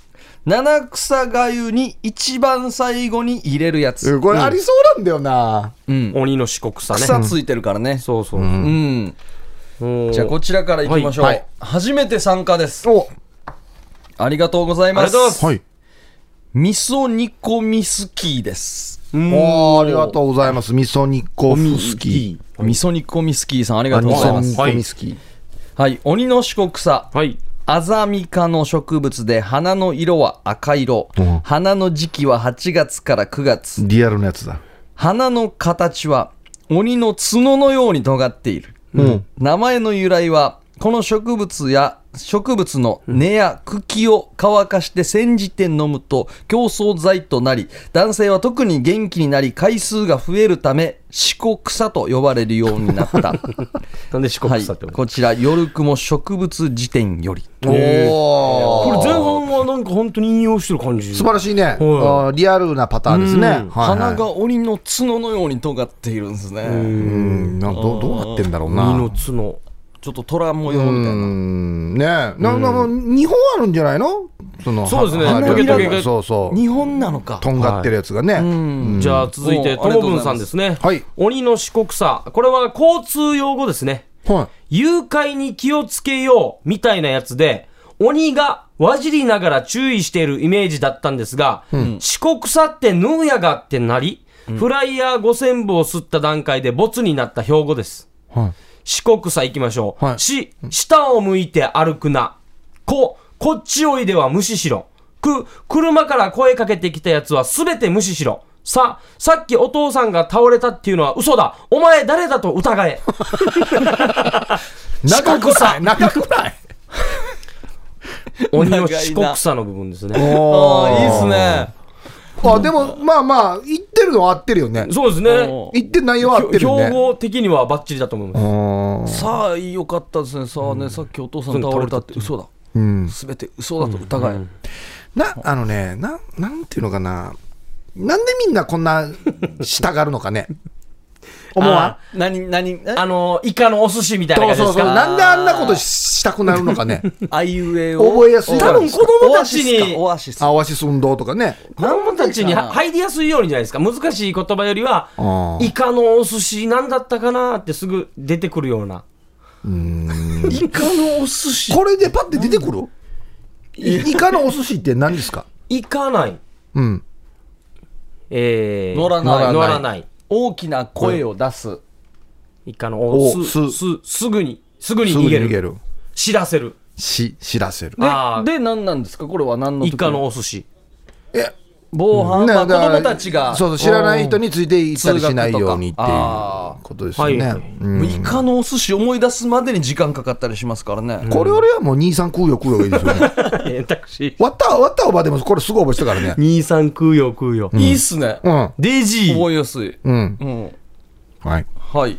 S1: 七草がゆに一番最後に入れるやつ。
S3: これありそうなんだよな。
S1: うん。
S2: 鬼の四国さね。
S1: 草ついてるからね。
S2: そうそう。
S1: うんん。じゃあ、こちらから行きましょう、
S3: はいはい
S1: 初めて参加です。
S3: お
S1: ありがとうございます。
S2: ありがとうございます
S3: はい。
S1: 味噌煮込みスキーです。
S3: おーありがとうございます。味噌煮込み好き。
S1: 味噌煮込みスキーさん、ありが
S3: あ
S1: とう
S3: 味
S1: ござい
S3: 噌
S1: ま
S3: 煮
S1: す。
S3: 込み好き。
S1: はい、鬼の四国草。
S2: はい。
S1: アザミ科の植物で花の色は赤色、
S3: ん
S1: 花の時期は8月から9月、
S3: リアルなやつだ。
S1: 花の形は鬼の角のように尖っている。
S3: うん。
S1: 名前の由来はこの植物や植物の根や茎を乾かして煎じて飲むと競争剤となり男性は特に元気になり回数が増えるため四国草と呼ばれるようになった
S2: なんで四
S1: は
S2: 国
S1: い
S2: さって思う
S1: こちら「夜雲植物辞典」より
S3: お
S2: これ
S3: ー
S2: 前半はなんか本当に引用してる感じ。
S3: 素晴らしいね。あーリアルなパターンですね。
S2: う
S3: は
S2: ん
S3: いはい
S1: 花が鬼の角のように尖っているんですね
S3: うんなんどどうなってんだろうな。
S2: 鬼の
S3: う
S2: 角。
S1: ちょっと虎模様みたいな
S3: ーんねえ、なんかもう日本あるんじゃないの？その
S2: そうですね
S3: はい
S2: トゲトゲが
S3: そうそう。
S1: 日本なのか
S3: とんがってるやつがね。
S2: じゃあ続い
S1: お
S2: て、
S1: ーありが
S2: とも
S1: とう
S2: ぶ
S1: ございます
S2: んさんですね。
S3: はい
S2: 鬼の四国さ。これは交通用語ですね。
S3: は
S2: 誘拐に気をつけようみたいなやつで、鬼がわじりながら注意しているイメージだったんですが、四国さってヌーヤがってなり、フライヤー5000部を吸った段階でボツになった標語です。
S3: いはい。
S2: 四国さ行きましょう。
S3: はい
S2: し、下を向いて歩くな。こ、こっちおいでは無視しろ。く、車から声かけてきたやつはすべて無視しろ。さ、さっきお父さんが倒れたっていうのは嘘だ。お前誰だと疑 え。
S3: 長くない。長くない。
S2: 鬼の四国さの部分ですね。
S1: ああいいですね
S3: あでもまあまあ言ってるのは合ってるよね。
S2: そうですね。
S1: おー
S3: 言ってる内容は合ってるよね。
S2: 標語的にはバッチリだと思います。
S1: さあよかったですねさあねさっきお父さん倒れたって嘘だ
S3: うん。
S1: すべて嘘だと疑え、
S3: な、あのね、な、なんていうのかな。なんでみんなこんな、したがるのかね。思わん
S1: 何何
S2: あの、イカのお寿司みたいな
S3: そう
S2: 感じ
S3: そ
S2: です
S3: うそう。
S2: か。
S3: なんであんなことししたくなるのかね。
S1: あいうえを
S3: 覚えやすいか
S2: 多
S3: ら
S2: 分
S3: です
S2: 子
S3: か。
S2: 供たちに、
S1: オアシスか
S3: あわしす運動とかね。
S2: 子供たちに
S1: なんでかな
S2: 入りやすいようにじゃないですか。難しい言葉よりは
S3: あ、ー
S2: イカのお寿司なんだったかなってすぐ出てくるような。
S1: オアシスイカのお寿司
S3: これでパッて出てくるいイカのお寿司って何ですか
S2: イカない。
S3: うん。
S2: えー、
S1: 乗らない
S2: 乗らない。
S1: 大きな声を出す、
S2: イカのおす、
S3: おす
S2: す、すぐに、すぐに
S3: すぐ
S2: 逃
S3: に
S2: げ
S3: 逃げ
S2: る。
S3: る。
S2: 知らせる。
S3: し、知らせる。
S2: あー
S1: でで何なんですかこれは何の時
S2: イカのお寿司。
S3: え、
S1: 防犯、まあ、子
S3: だから
S1: 供たちが
S3: そうそう知らない人についていったりしないようにってい
S1: 通学とか
S3: う
S1: あー
S3: ことですよね、
S2: はいはい
S3: うん
S1: もうイカのお寿司思い出すまでに時間かかったりしますからね、
S3: これ俺はもう兄さん食うよ食うよがいいですよね
S2: タクシー。
S3: 割った割ったおばでもこれすぐ覚えてたからね
S2: 兄さん食うよ食うよ。
S1: いいっすね、
S3: うん
S2: デイジー。
S1: 覚えやすい、
S3: うん
S1: うん、
S3: はい
S1: はい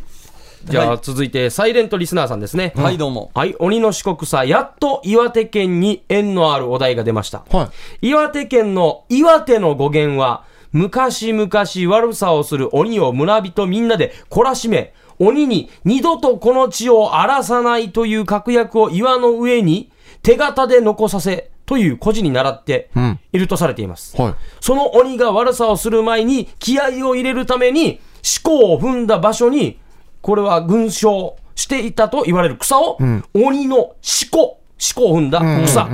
S2: じゃ
S1: は
S2: あ続いて、サイレントリスナーさんですね。
S1: はいどうも
S2: はい、鬼の四国さ、やっと岩手県に縁のあるお題が出ました。
S3: は
S2: 岩手県の岩手の語源は、昔々悪さをする鬼を村人みんなで懲らしめ、鬼に二度とこの地を荒らさないという確約を岩の上に手形で残させ、という故事に習って
S3: ん
S2: いるとされています。
S3: はい
S2: その鬼が悪さをする前に気合を入れるために、四股を踏んだ場所に、これは群生していたと言われる草を、鬼の四股、四股を踏んだ草。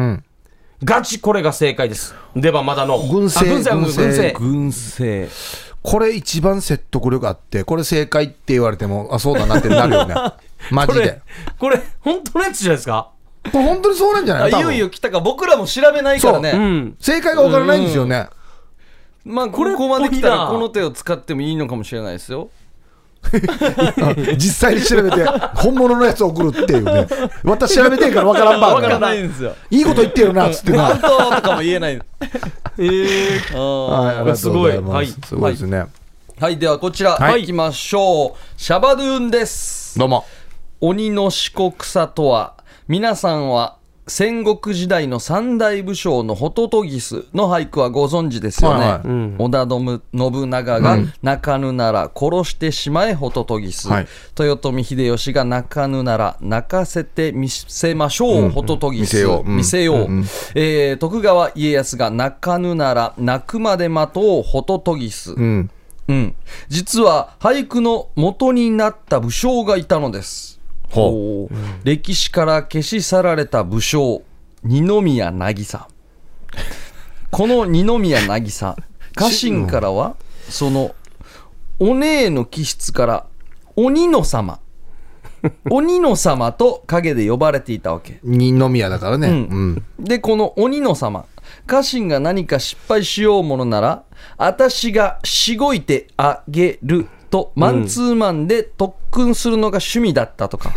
S2: ガチこれが正解です。ではまだの。
S3: 群生
S2: あ群生群
S3: 群生
S2: 生。
S1: 軍政
S3: これ一番説得力あってこれ正解って言われてもあそうだなってなるよねマ
S2: こ
S3: ジ
S2: れ
S3: で、
S2: これ、本当のやつじゃないですか
S3: これ本当にそうなんじゃない
S1: い
S3: 多
S1: よ
S3: 分
S1: いよ来たか僕らも調べないからね、
S2: う。
S3: うん正解が分からないんですよね、
S1: まあ
S2: こ
S1: こ
S2: れ
S1: れここまで来た
S2: っぽい
S1: ら
S2: な
S1: この手を使ってもいいのかもしれないですよ
S3: 実際に調べて本物のやつ送るっていうね私調べてんから分からんば
S1: わ
S3: ん
S1: から
S3: から
S1: ないんですよ
S3: いいこと言ってよなっつってな
S1: 本当とかも言 えない
S2: えー、
S1: は
S3: はい、ありがとうございます。
S2: す
S3: すごいですね。
S1: い、はい、ではこちら、
S3: はい
S1: い、きましょうシャバドゥーンです
S3: どうも。
S1: 鬼の四国さとは皆さんは戦国時代の三大武将のホトトギスの俳句はご存知ですよね、
S3: はいはい
S2: ん
S1: 織田信長が「泣かぬなら殺してしまえホトトギス」
S3: はい
S1: 豊臣秀吉が「泣かぬなら泣かせてみせましょう、ホトトギス」
S3: 見せよううん
S1: 見せようえー徳川家康が「泣かぬなら泣くまで待とうホトトギス」
S3: うん。
S1: うん、実は俳句の元になった武将がいたのです。ほう歴史から消し去られた武将二宮渚この二宮 渚家臣からはそのお姉の気質から鬼の様鬼の様と陰で呼ばれていたわけ
S3: 二宮だからね。
S1: ん
S3: うん。
S1: でこの鬼の様家臣が何か失敗しようものなら私がしごいてあげるとマンツーマンで特訓するのが趣味だった とか、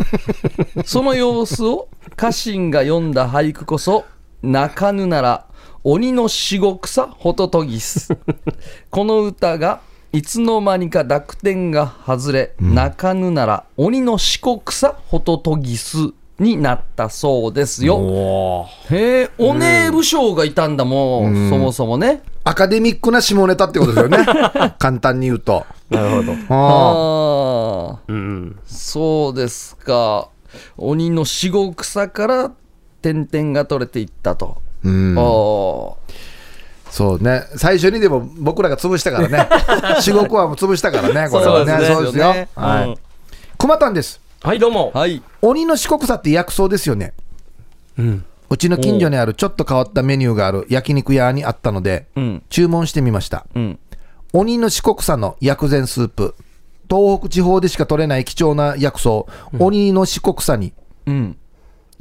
S1: その様子を家臣が読んだ俳句こそ「泣かぬなら鬼のしご草ホトトギス」この歌がいつの間にか濁点が外れ、泣かぬなら鬼のしこ草ホトトギスになったそうですよ。
S3: お
S1: へえ、おねえ武将がいたんだもん、そもそもね。
S3: アカデミックな下ネタってことですよね。簡単に言うと。
S2: なるほど。
S1: ああ、
S3: あ
S2: うん。
S1: そうですか。鬼の死後草から点々が取れていったと。
S3: ーうん
S1: あ。ー
S3: そうね。最初にでも僕らが潰したからね。至極はもう潰したからね、これはね。
S1: そ
S3: そう
S1: で
S3: うですす
S1: よ
S3: よ
S1: ね。
S3: は
S1: うん
S3: い。熊たんです。
S2: はい、どうも。
S1: はい。
S3: 鬼の四国さって薬草ですよね。
S2: うん。
S3: うちの近所にあるちょっと変わったメニューがある焼肉屋にあったので、
S1: うん。
S3: 注文してみました。
S1: うん。
S3: 鬼の四国産の薬膳スープ東北地方でしか取れない貴重な薬草、鬼の四国産に
S1: うん。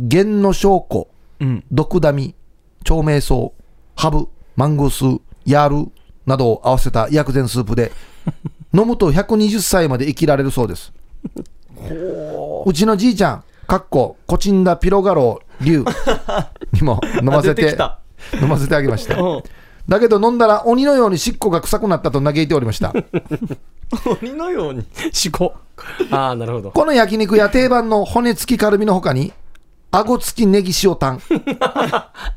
S3: 源の証拠
S1: うん。
S3: 毒ダミ長命草ハブマンゴースヤールなどを合わせた薬膳スープで 飲むと120歳まで生きられるそうですうちのじいちゃんかっこコチンダピロガロ 竜にも飲ませ
S2: 出て
S3: て
S2: きた
S3: 飲ませてあげました
S1: うん
S3: だけど飲んだら鬼のようにしっこが臭くなったと嘆いておりました
S1: 鬼のように。
S2: 四股。ああ、なるほど。
S3: この焼肉や定番の骨付きカルビの他に、顎付きネギ塩タン、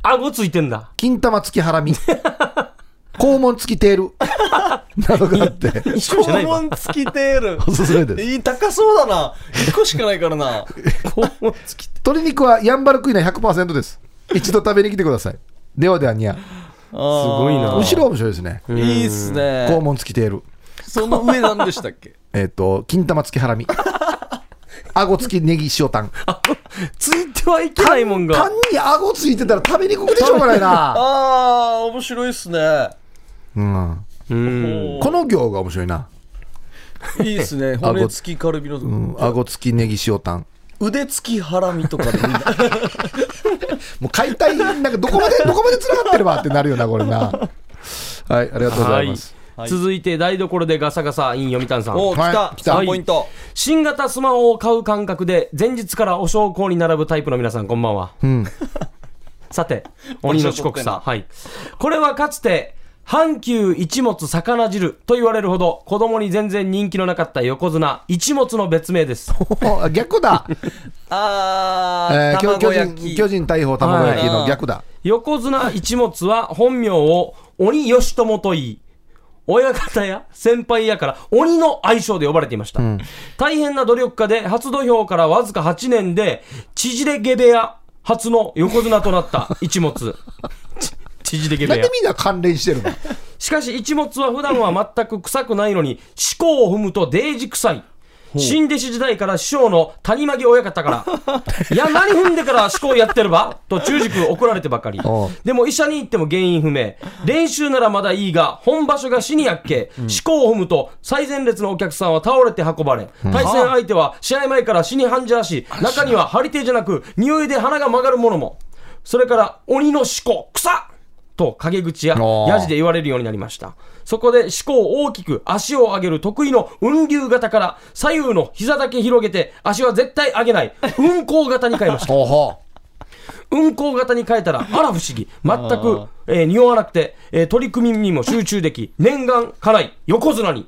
S2: 顎ついてんだ。
S3: 金玉付きハラミ、 肛門付きテール、 などがあって、
S2: 個じゃないわ
S1: 肛門付きテール
S3: おすすめです。
S1: いい高そうだな。1個しかないから な。
S2: 肛門つきて。
S3: 鶏肉はヤンバルクイナ100%です。一度食べに来てください。ではではにゃ。
S1: すご
S2: ごいなあ
S3: 後ろ面白いですね。
S1: いいっすね。
S3: 肛門付きテール、
S1: その上なんでしたっけ
S3: えっ、と、金玉付きハラミ、 顎付きネギ塩タン。
S2: ついてはいけないもん
S3: 単
S2: が。
S3: に顎ついてたら食べにくくてしょうがないな。
S1: ああ、面白いっすね。
S3: うん。
S2: うん。
S1: こ
S3: この行が面白いな。
S1: のいいです ね。
S3: 顎
S1: 骨付きカルビの、
S3: うん。顎付きネギ塩タン。
S1: 腕付きハラミとかでもいいな
S3: もう解体、なんかどこまで、どこまで繋がってればってなるよな、これな。はい、ありがとうございます。
S1: はい
S2: 続いて台所でガサガサイン読谷さん
S1: おお、来
S3: は
S1: た
S3: い、来た
S1: 3ポイント。
S2: 新型スマホを買う感覚で前日からお焼香に並ぶタイプの皆さんこんばんは、 さ て鬼の遅刻さはいこれはかつて阪急一物魚汁と言われるほど子供に全然人気のなかった横綱一物の別名です
S3: お 逆だ、
S1: あ
S3: え
S1: ー、卵
S3: ー巨巨
S1: 焼
S3: 人
S1: き。
S3: 巨人大砲卵焼きの逆だ。
S2: 横綱一物は本名を鬼義朝と言い、親方や先輩やから鬼の愛称で呼ばれていました。大変な努力家で初土俵からわずか8年で、縮れ下部屋初の横綱となった一物。 ち縮れ下
S3: な
S2: 部
S3: ん
S2: 屋
S3: で。みんな関連してるの
S2: しかし一物は普段は全く臭くないのに、四股を踏むとデージ臭い。新弟子時代から師匠の谷間木親方 から、いや、何踏んでから思考やってるばと中軸怒られてばかり
S3: おう。
S2: でも医者に行っても原因不明。練習ならまだいいが、本場所が死にやっけ。思考を踏むと最前列のお客さんは倒れて運ばれ。対戦相手は試合前から死に半じゃし、中には張り手じゃなく、匂いで鼻が曲がるものも。それから、鬼の思考、草と陰口や
S3: おう
S2: ヤジで言われるようになりました。そこで思考を大きく足を上げる得意の雲流型から左右の膝だけ広げて足は絶対上げない運行型に変えました。
S3: ほうほ
S2: 運行型に変えたら、あら不思議。全く、えー匂わなくて、えー取り組みにも集中でき、念願かない、横綱に。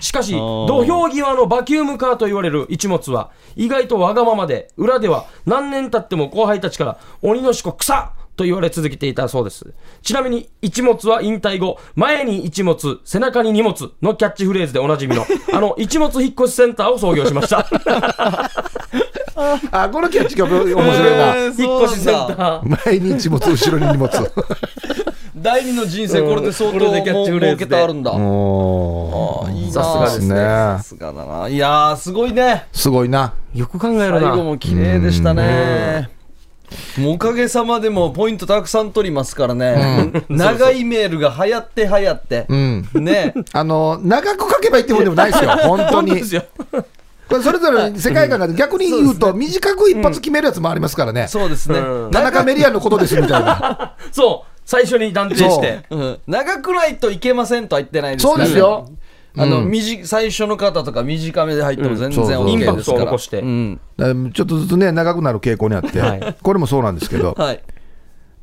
S2: しかし、
S1: ー
S2: 土俵際のバキュームカーと言われる一物は、意外とわがままで、裏では何年経っても後輩たちから、鬼の四股草と言われ続けていたそうです。ちなみに、一物は引退後、前に一物、背中に荷物のキャッチフレーズでおなじみ の、あの、一物引っ越しセンターを創業しま した。
S3: うあこのキャッチ曲面白い
S1: え
S3: な
S1: ー
S2: 引っ越しセンタ
S1: そうなんだ
S2: ー。
S3: 前に荷物後ろに荷物
S1: 第二の人生、これで相当
S2: これでキャッチ
S1: も
S2: フレ
S1: 儲
S2: ーズで
S1: けたあるんだ。
S3: おー
S1: いいな
S2: さすがです
S3: ね
S1: さすがだな。いやー、すごいね。
S3: すごいな
S2: よく考えるな。
S1: 最後も綺麗でしたね。もうおかげさまでもポイントたくさん取りますからね。長いメールが流行って流行って。
S3: うん
S1: ね。
S3: あの長く書けばいいってもんでもないですよ 本当
S2: 本当
S3: に
S2: ですよ。
S3: これそれぞれ世界観が逆に言うと短く一発決めるやつもありますからね
S1: そうですね。
S2: うん
S3: 田中メリアのことですみたいな
S2: そう、最初に断定して。
S1: うん長くないといけませんとは言ってないですからね
S3: そうですよ
S1: あの、
S3: うん
S1: 短最初の方とか短めで入っても全然
S3: そうそう
S1: OK ですから、
S2: インパクトを残して
S1: うん
S3: だからちょっとずつね長くなる傾向にあって、
S2: はい
S3: これもそうなんですけど、
S1: はい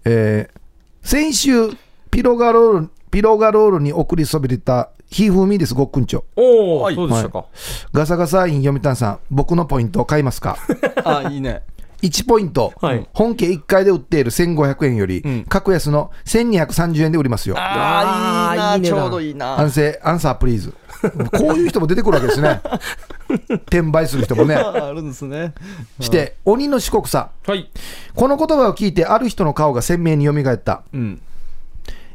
S3: えー先週ピロガロールピロガロールに送りそびれたひふみですごっくんちょ
S2: おお、
S1: はい
S2: そうでしたか。
S3: ガサガサイン読谷さん僕のポイントを買いますか
S1: あいいね
S3: 1ポイント、
S2: はい
S3: 本家1階で売っている1500円より、格安の1230円で売りますよ
S1: ああいいな
S2: あーいいね
S1: ち
S2: だ
S1: ょうどいいな
S3: 安静アンサープリーズこういう人も出てくるわけですね転売する人もね
S1: あるんですね
S3: して鬼の四国さ
S2: はい。
S3: この言葉を聞いてある人の顔が鮮明に蘇った
S1: うん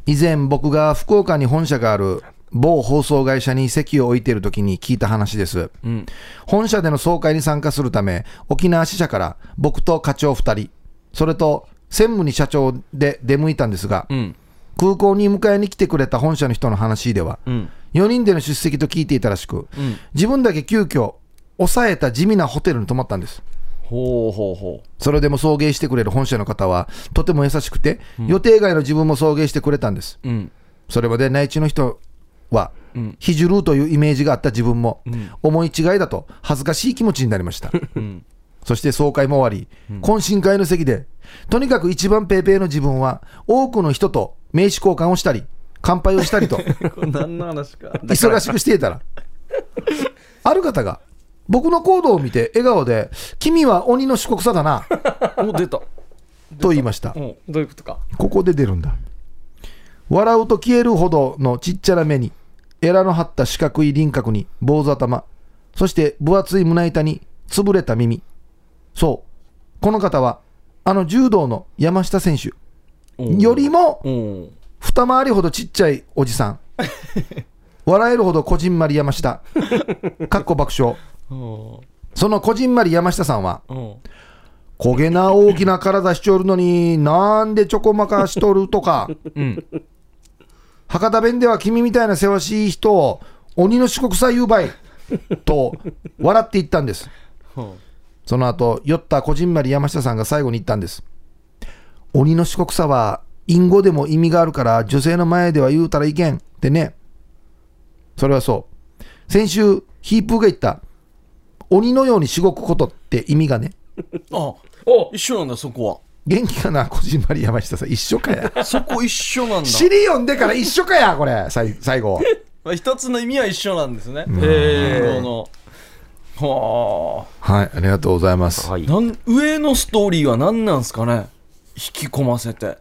S3: 以前僕が福岡に本社がある某放送会社に席を置いている時に聞いた話です、
S1: ん
S3: 本社での総会に参加するため沖縄支社から僕と課長2人それと専務に社長で出向いたんですが、
S1: うん
S3: 空港に迎えに来てくれた本社の人の話では、
S1: うん
S3: 4人での出席と聞いていたらしく、自分だけ急遽抑えた地味なホテルに泊まったんです
S1: ほうほうほ
S3: それでも送迎してくれる本社の方はとても優しくて、予定外の自分も送迎してくれたんです
S1: ううん
S3: それまで内地の人は、ひじるうというイメージがあった自分も、思い違いだと恥ずかしい気持ちになりました、そして総会も終わり、懇親会の席でとにかく一番ペーペーの自分は多くの人と名刺交換をしたり乾杯をしたり と
S1: これ何の話か
S3: 忙しくしていたらある方が僕の行動を見て笑顔で「君は鬼の四国さだ な
S1: お出た」
S3: と言いました
S2: うん、どういうことか。
S3: ここで出るんだ笑うと消えるほどのちっちゃな目にエラの張った四角い輪郭に坊主頭そして分厚い胸板に潰れた耳そうこの方はあの柔道の山下選手よりも
S1: うん
S3: 二回りほどちっちゃいお じさん笑えるほどこじんまり山下かっこ爆笑そのこじんまり山下さんは
S1: うん
S3: 焦げな大きな体しちょるのになんでちょこまかしとるとか、
S1: ん
S3: 博多弁では君みたいなせわしい人を鬼の四国さ言うばいと笑って言ったんです
S1: うん
S3: その後酔ったこじんまり山下さんが最後に言ったんです鬼の四国さは隠語でも意味があるから、女性の前では言うたらいけんってね。それはそう。先週、ヒープーが言った、鬼のようにしごくことって意味がね、
S5: あ
S2: お
S5: 一緒なんだそこ
S3: 元気かな、こじんまり山下さん、一緒か や。
S5: はそこ一緒な んだ
S3: 尻読んでから一緒かや、これ、さい最後。
S5: まあ一つの意味は一緒なんですね
S2: へー
S5: このは
S3: はい、ありがとうございます。
S2: はい
S5: あなん上のストーリーは何なんすかね引き込ませて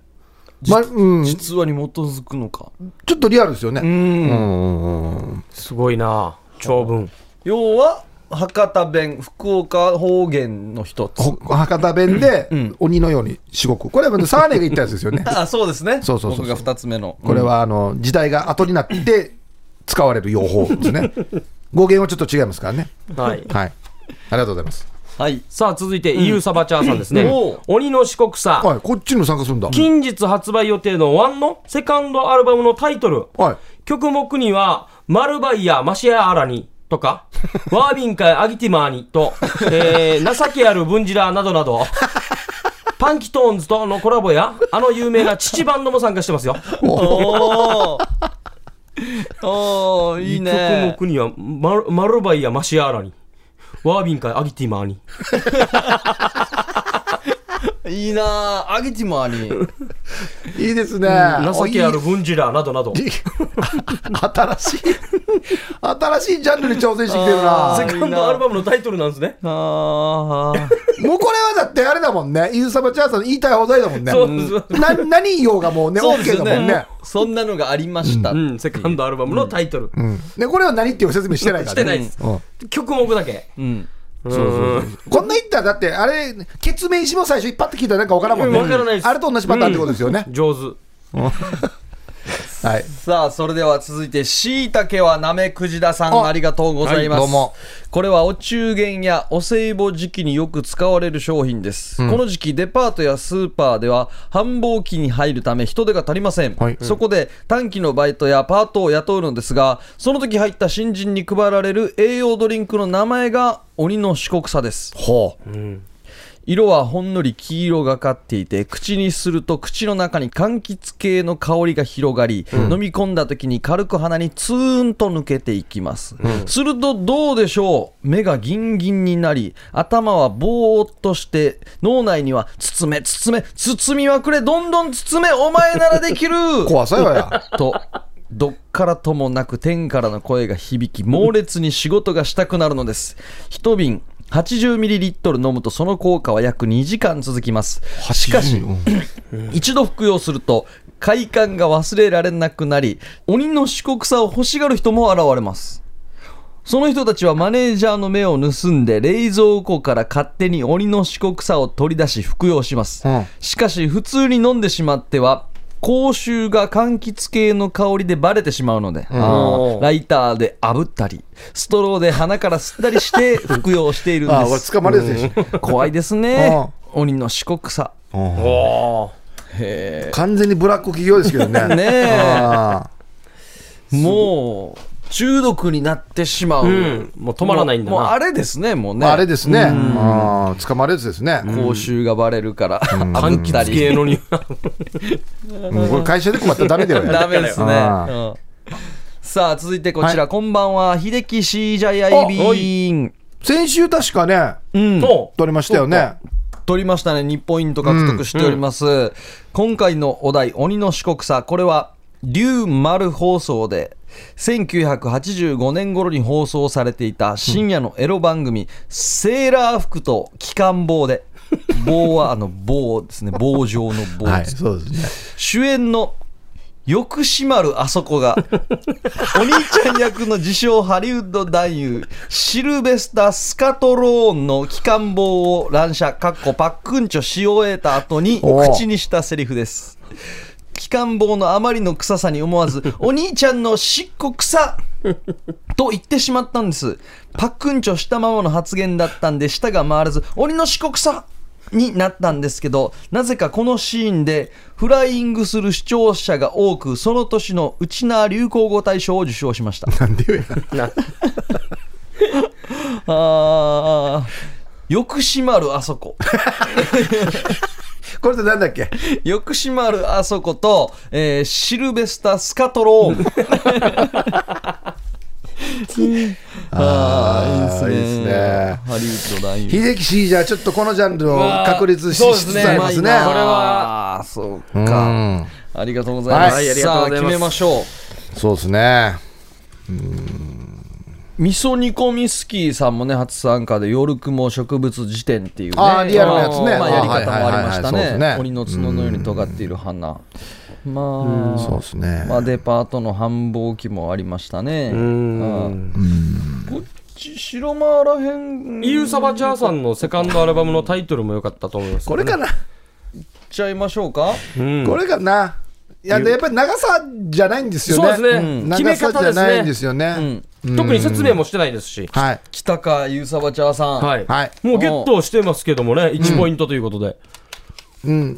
S3: まうん、ち
S5: 実話に基づくのか
S3: ょっとリアルですよ
S5: う
S3: ね。
S5: ん
S3: うんうんうん
S2: すごいな長文
S5: 要は博多弁福岡方言の一つ
S3: ほ博多弁で
S5: うん
S3: 鬼のようにしごく。これはサーネが言ったやつですよ ね。
S5: あそうですね
S3: そうそうそうそう
S5: 僕が二つ目の
S3: これはあの時代が後になって使われる用法ですね。語源はちょっと違いますからね。
S2: はい
S3: はい。ありがとうございます。
S5: はい
S2: さあ続いて EU サバチャーさんですね、
S5: おう
S2: 鬼の四国さ、
S3: はい、こっちにも参加するんだ。
S2: 近日発売予定のワンのセカンドアルバムのタイトル
S3: はい。
S2: 曲目には、マルバイやマシアアラニとか、ワービンかアギティマーニと、えー、情けあるブンジラーなどなど、パンキトーンズとのコラボや、あの有名な父バンドも参加してますよ。
S5: おーおーいいね
S2: 曲目には、マルマルバイやマシアアラニ、ワービンかアギティマーニ。
S5: いいなあアゲティマーに
S3: いいですね。
S2: 情けある
S3: お。
S2: ブンジラーなどなど。
S3: いい 新しい、新しいジャンルに挑戦してきてる
S5: あ
S3: な
S2: セ。カンドアルバムのタイトルなんですね。
S5: あー
S3: もうこれはだってあれだもんね。ユーサバチャーさんの言いたい放題だもんね。
S2: そうそう
S3: な何言おうがもうね、
S5: そうです
S3: OK
S5: よ
S3: だもん
S5: ね
S3: ね。
S5: そんなのがありました
S2: うん、セカンドアルバムのタイトル。
S3: うん。で、これは何っていう説明してないからね。
S2: してないです。
S3: うん
S2: 曲目だけ。
S5: うん
S2: そうそう
S3: こんな言ったら、だって、あれ、決面石も最初、一発って聞いたらなんかわからんもんね。
S2: わからないです
S3: あれと同じパターンってことですよね。
S2: 上手。
S3: はい。
S5: さあそれでは続いてしいたけはなめくじださん
S3: あ
S5: ありがとうございま
S3: はい
S5: す、
S3: どうも
S5: これはお中元やお歳暮時期によく使われる商品です、この時期デパートやスーパーでは繁忙期に入るため人手が足りません、
S3: はい
S5: そこで短期のバイトやパートを雇うのですがその時入った新人に配られる栄養ドリンクの名前が鬼の四国さです
S3: ほう。
S5: 色はほんのり黄色がかっていて口にすると口の中に柑橘系の香りが広がり、飲み込んだ時に軽く鼻にツーンと抜けていきます、するとどうでしょう目がギンギンになり頭はぼーっとして脳内には包め包め包みはくれどんどん包めお前ならできる
S3: 怖さよや。
S5: とどっからともなく天からの声が響き猛烈に仕事がしたくなるのです一瓶 80ml 飲むとその効果は約2時間続きますしかし、一度服用すると快感が忘れられなくなり鬼の四国さを欲しがる人も現れますその人たちはマネージャーの目を盗んで冷蔵庫から勝手に鬼の四国さを取り出し服用します、
S3: うん
S5: しかし普通に飲んでしまっては口臭が柑橘系の香りでバレてしまうので、
S2: ん
S5: ライターで炙ったりストローで鼻から吸ったりして服用しているん
S3: ああ、
S5: で
S3: 俺、
S5: す
S3: 捕まれるでし
S5: 怖いですね鬼の四国さ
S3: ょ。
S2: おー。
S3: 完全にブラック企業ですけどね。
S5: ねえ
S3: あ
S5: もう中毒になってしまう、
S2: うんもう止まらないんだな
S5: もうもうあれですねもう
S3: ー
S5: ね
S3: あれですね。あー捕まれるやつですね。
S5: 口臭がバレるから、
S2: 柑橘系の匂い。
S3: うんこれ会社で困ったら ダメだよね。
S5: ダメですね、
S3: あ
S5: うんさあ続いてこちら、
S3: は
S5: こんばんは秀樹 CJI ビーン
S3: 先週確かね、
S5: うん
S2: と、
S3: 取りましたよね。
S5: 取りましたね2ポイント獲得しております、今回のお題「鬼の四国さ」これは龍丸放送で1985年頃に放送されていた深夜のエロ番組「セーラー服と機関棒で」棒はあの棒ですね棒状の棒
S3: は
S5: で
S3: い、
S5: す、
S3: そうですね。
S5: 主演のよくしまるあそこがお兄ちゃん役の自称ハリウッド男優シルベスタ・スカトローンの機関棒を乱射かっこパックンチョし終えた後に
S3: おう
S5: 口にしたセリフです機関棒のあまりの臭さに思わず「お兄ちゃんのしっこ臭!」と言ってしまったんですパックンチョしたままの発言だったんで舌が回らず「鬼の四国さ!」になったんですけどなぜかこのシーンでフライングする視聴者が多くその年のウチナー流行語大賞を受賞し ました
S3: なんでよや。
S5: あーよく閉まるあそこ
S3: これってなんだっけ
S5: よくしまるあそこと、えーシルベスタ・スカトローン。あ
S3: あーいいですね
S5: ハリウッドだ、いい。
S3: 秀樹 C じゃちょっとこのジャンルを確立し
S2: うわー
S3: しつつあり
S2: そう
S3: ますね。
S2: ですねこれ
S5: は、そうか。
S3: ん
S5: ありがとうございます。
S2: はい
S5: さ
S2: ありがとうござい
S5: あ、決
S2: ます
S5: めましょう。
S3: そうですね。
S5: 味噌煮込みスキーさんもね、初参加で、夜雲植物辞典っていうね。
S3: あーリアルなやつね
S5: まあ、やり方もありました
S3: はいはいはいはいそうですね
S5: ね。鬼の角のように尖っている花。まあ。
S3: そうですね。
S5: まあ、デパートの繁忙期もありましたね。
S2: ん
S5: うんこっち白間らへん
S2: イ
S5: 言っ
S2: ユサバチャーさんのセカンドアルバムのタイトルも良かったと思います、
S3: これかな、
S5: ちゃいましょうか。
S2: うん
S3: これかな。いや、でやっぱり長さじゃないんですよね。
S2: そうですね
S3: うん
S2: 決
S3: 長
S2: め
S3: さ
S2: 方
S3: じゃ
S2: ですね
S3: ないんですよね。
S2: 特に説明もしてないですし、
S3: はい。
S5: 北川ゆうさばちゃーさん。
S2: はい
S3: はい
S2: もうゲットしてますけどもね1ポイントということで、
S3: うん。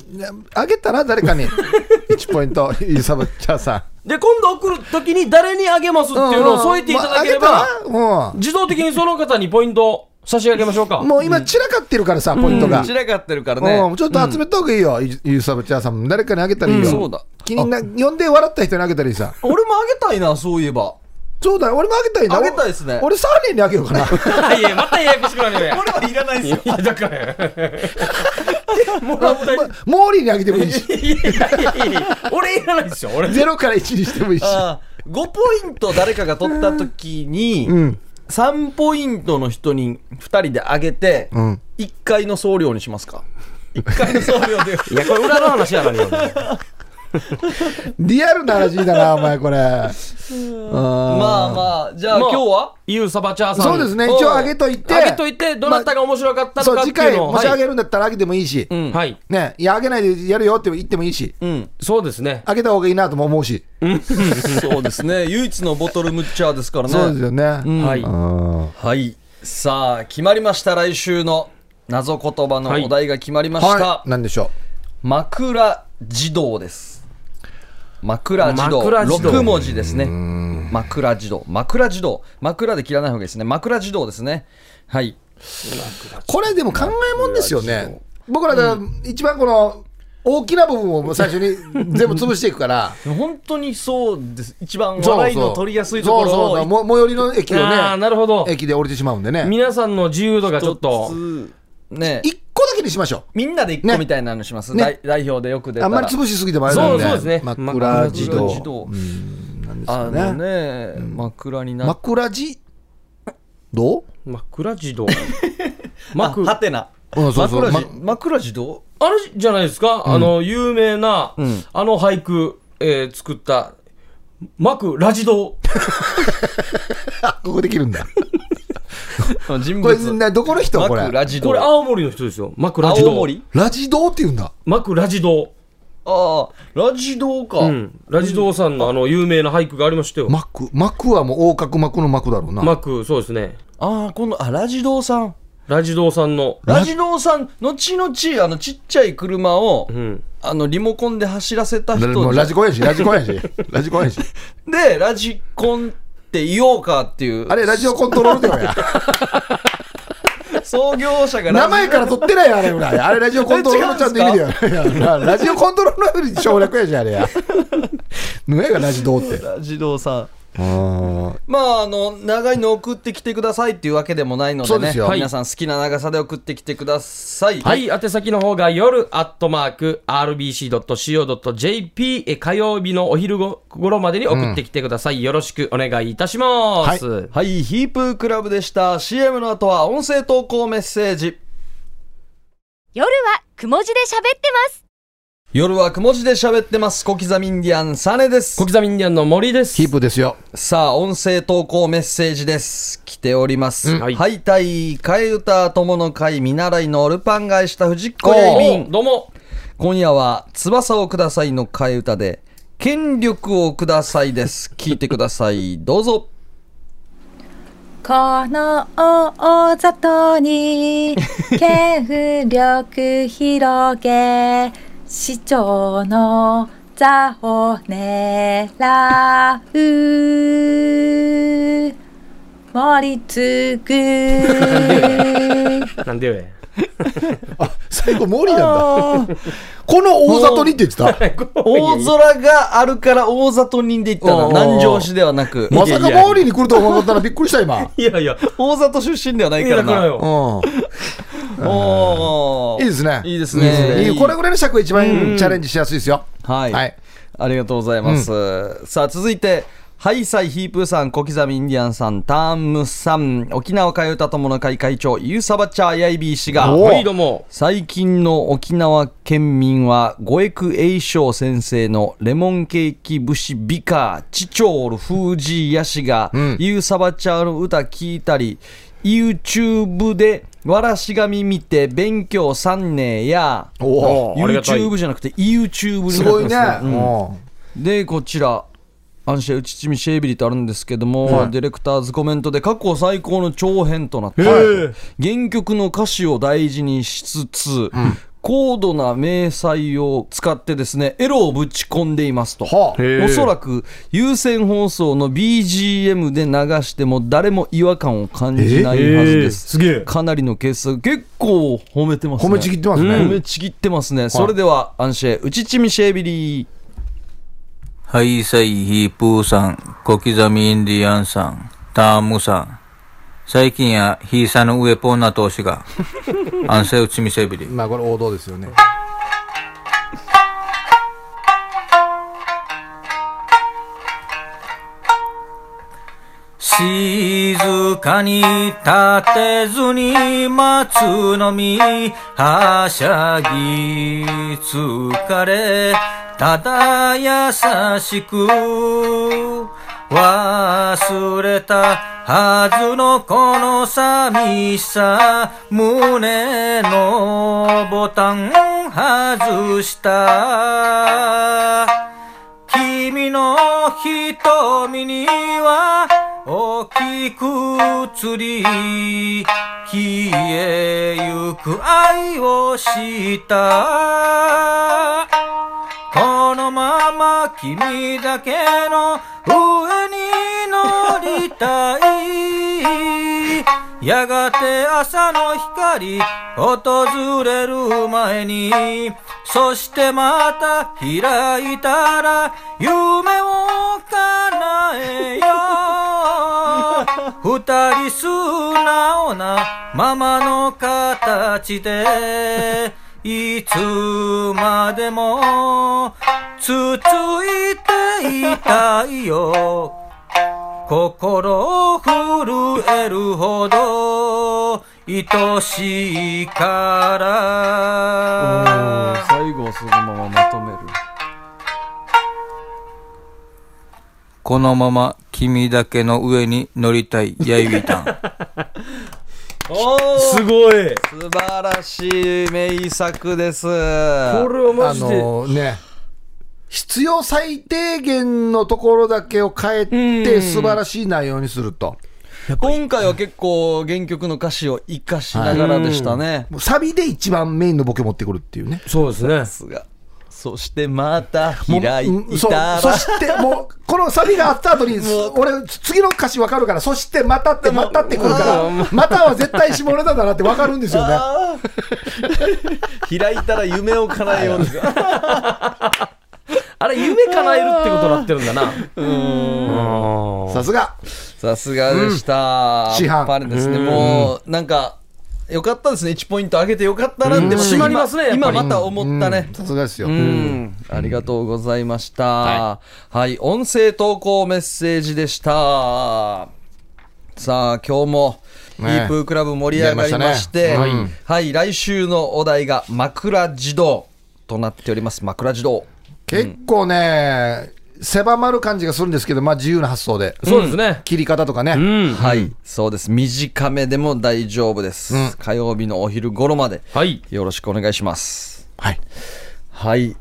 S3: あげたら誰 かに1ポイント、イサバチャーさん。
S2: で今度送るときに誰にあげますっていうのを添えていただけれ
S3: まあ
S2: ば
S3: あげたら
S2: 自動的にその方にポイントを差し上げましょうか
S3: うん。もう今散らかってるからさ、ポイントが。
S5: 散らかってるから
S3: う
S5: ね
S3: ん。ちょっと集めた方がいいよ、イユーサブチャーさんも。誰かにあげたらいいよ。
S5: うんそうだ
S3: 気にな、呼んで笑った人にあげたらいいさ。
S5: 俺もあげたいな、そういえ ば。
S3: そうだ、俺もあげたいな。
S5: あげたいですね
S3: 俺、サーリーにあげようかな。
S2: いやまたややこしくなるよや
S5: 俺はいらないですよ。
S2: いやだから もらったり
S3: モーリーにあげてもいいし、
S2: いやいやいや 俺いらないですよ俺
S3: 0から1にしてもいいし。
S5: あー5ポイント誰かが取ったときに、
S3: うん。
S5: 3ポイントの人に2人であげて、
S3: うん。
S5: 1回の送料にしま すか。1回の送料で。
S2: いやこれ裏の話やなによ
S3: リアルな話だ な、お前、これ。あー
S5: まあまあ、じゃあ
S2: ま
S5: 今
S2: あ
S5: 日は
S2: ゆうさばちゃーさん
S3: そうですね、一応あげといて。
S2: あげといてどなたが面白かったと
S3: そう、
S2: かって
S3: 次
S2: いう
S3: 回、
S2: のを
S3: もしあ
S2: はい
S3: げるんだったらあげてもいいし。
S5: うん
S2: はい
S3: ね、いや、あげないでやるよって言ってもいいし。
S5: うん。
S2: そうですね
S3: あげた方がいいなとも思うし。
S5: そうですね。唯一のボトルムッチャーですからね。
S3: そうですよね。
S5: うん
S2: はい
S3: うん
S5: はい。さあ、決まりました。来週の謎言葉の
S2: はい
S5: お題が決まりました。
S3: はい。なんでしょ
S5: 枕児童です。枕児童。
S2: 枕児童
S5: 6文字ですね。枕児童。枕児童。枕で切らない方がいいですね。枕児童ですね。はい。
S3: う。これでも考えもんですよね。僕らだから一番この大きな部分を最初に 全部潰していくから。
S5: 本当にそうです。一番
S3: そうそう
S5: 笑いの取りやすいとこ
S3: そう
S5: ろ
S3: そ
S5: を
S3: う。も最寄りの駅を
S2: ああ
S3: ね、
S2: なるほど
S3: 駅で降りてしまうんでね。
S2: 皆さんの自由度がちょっと
S5: 一つね。
S3: 一個だけにしましょ
S5: みんなで一個みたいなのします。
S3: ね
S5: 代代表でよく出
S3: う。
S5: た
S3: あ
S5: ら。
S3: んまり潰しすぎてもあれなんで。
S2: そうそうですね
S3: 枕児
S5: 枕
S3: 童
S5: 児。童あ
S3: よね
S5: のね、枕になっ
S3: 枕児童
S2: 枕自動
S5: あ
S2: 枕
S5: はてな。
S3: うんそうそう
S5: 枕
S3: ま
S5: 地枕地どう
S2: あれじゃないですか、あの有名な、
S5: ん
S2: あの俳句、えー作った「幕ラジド
S3: ここできるん だ。
S5: 人
S3: これ、
S5: 物。
S3: ねどこの人これ。
S5: 枕地」ど
S2: こ
S5: う
S2: れ青森の人ですよ幕ラジド
S5: 青森
S3: ラジ童って言うんだ。
S2: 幕ラジド
S5: ああ、ラジドか。
S2: うんラジドさんのあの有名な俳句がありましたよ
S3: 幕幕はもう横隔膜の幕だろうな。
S2: 幕そうですね
S5: ああ、今度、あ、ラジドさん。
S2: ラジドさんの
S5: ラジドさん、後々、あの、ちっちゃい車を、
S2: うん
S5: あの、リモコンで走らせた人
S3: もう
S5: じゃ
S3: ラジコンやし、ラジコン やし、ラジコンやし。
S5: で、ラジコンって言おうかっていう
S3: あ、れ、ラジオコントロールだよや。
S5: 創業者が
S3: 名
S5: ラジ
S3: 前から取ってないよ、あれぐらい。あれ、ラジオコントロールちゃんと意味だよ。いやラジオコントロールの省略やし、あれや。ぬえがラジどうって。
S5: ラジドさん。
S3: あ
S5: まあ、あの、長いの送ってきてくださいっていうわけでもないので
S3: そう
S5: ね。
S3: ですよ
S5: はい皆さん好きな長さで送ってきてください。
S2: はい、宛先の方が夜アットマーク RBC.CO.JP え火曜日のお昼ご頃までに送ってきてください、よろしくお願いいたします、
S5: はい、ヒープークラブでした。CM の後は音声投稿メッセージ。
S6: 夜はくも字で喋って ます
S5: 夜はくも字で喋ってます。小刻みインディアン、サネです
S2: 小。刻みインディアンの森です
S3: キープですよ。
S5: さあ、音声投稿メッセージです。来ております。
S2: んはい
S5: 敗退、替え歌、友の会、見習いのルパン返した藤子や
S2: お
S5: いびん。
S2: どうも
S5: 今夜は、翼をくださいの替え歌で、権力をくださいです。聞いてください。どうぞ。
S7: この大里に権力広げ市長の座を 狙う盛りつく
S2: なんでよえ
S3: あ最後森なんだこの大里にって言って た
S5: 大空があるから大里にで行ったな
S2: おー
S5: 南城市ではなく
S3: まさか毛利に来ると思ったらびっくりした今。
S2: いやいや、
S5: 大里出身ではない
S2: い
S5: か
S2: や
S5: ら
S2: だから
S5: な
S2: よ。
S5: お
S3: いいですね。
S5: いいですね
S3: いいこれぐらいの尺が一番チャレンジしやすいですよ。
S5: はい、
S3: はい
S5: ありがとうございます、さあ続いてハイサイヒープーさん、小刻みインディアンさん、タームさん、沖縄替え歌友の会会長、ユーサバチャーヤイビー氏が、
S3: お
S2: はい、どうも。
S5: 最近の沖縄県民は五育栄翔先生のレモンケーキ節美歌チチョールフージーヤシが、ユーサバチャーの歌聞いたり YouTube でわらし紙見て勉強さんねや
S3: おお。
S2: ありがたい
S5: YouTube じゃなくて YouTube になってます
S3: すごいね。
S5: うん
S3: も
S5: でこちらアンシェウチチミシェービリとあるんですけども、ディレクターズコメントで過去最高の長編となった
S2: ー
S5: 原曲の歌詞を大事にしつつ、高度な明細を使ってですねエロをぶち込んでいますと。
S3: うはあ。
S5: おそらく有線放送の BGM で流しても誰も違和感を感じないはずで
S2: えーす
S5: す、
S2: げえ
S5: かなりの傑作結構褒めてますね
S3: 褒めちぎってますね。
S5: 褒めちぎってますね、それではアンシェウチチミシェービリ
S8: ハイサイヒープーさん、小刻みインディアンさん、タームさん。最近やヒーサの上ポンナ投手が、安静打ち見せびり。
S3: まあこれ王道ですよね。
S8: 静かに立てずに待つのみ、はしゃぎ疲れ、ただ優しく、忘れたはずのこの寂しさ、胸のボタン外した。君の瞳には大きく映り消えゆく愛をしたこのまま君だけの上に乗りたいやがて朝の光訪れる前にそしてまた開いたら夢を叶えよう二人素直なままの形でいつまでもつついていたいよ心を震えるほど愛しいから
S5: 最後をそのまままとめる
S8: このまま君だけの上に乗りたいヤイビータン
S5: おー
S2: すごい。
S5: 素晴らしい名作です
S2: これはマ
S3: あ
S2: ジで。
S3: のね。必要最低限のところだけを変えて素晴らしい内容にすると。
S5: 今回は結構原曲の歌詞を生かしながらでしたね、
S3: もうサビで一番メインのボケ持ってくるっていうね。
S2: そうですね。
S5: さすがそしてまた
S3: もう
S5: 開
S3: うん
S5: い
S3: そう
S5: た
S3: そ
S5: ら
S3: してもうこのサビがあった後 に俺次の歌詞わかるからそしてまたってまたってくるからまたは絶対下ネタだなってわかるんですよね
S5: 開いたら夢を叶えようです
S2: あれ、夢叶えるってことになってるんだな。うん。
S3: さすが
S5: さすがでした、
S3: うん
S5: やっぱりですねもうなんかよかったですね1ポイント上げてよかったなって
S2: 締まりますねやっぱ
S5: 今
S2: り
S5: 今また思ったね、
S3: さすがですよ
S5: うん、ありがとうございました、はい。音声投稿メッセージでした。さあ、今日も、ヒ
S3: ね
S5: ープークラブ盛り上がりまして、
S3: やりま
S5: は
S3: したね
S5: い、はい来週のお題が枕児童となっております。枕児童。
S3: 結構ね狭まる感じがするんですけどまあ自由な発想で
S2: そうですね。
S3: 切り方とかね
S2: うん。
S5: はい、そうです。短めでも大丈夫です。火曜日のお昼頃まで、
S2: はい。
S5: よろしくお願いします。
S3: はい
S5: はい、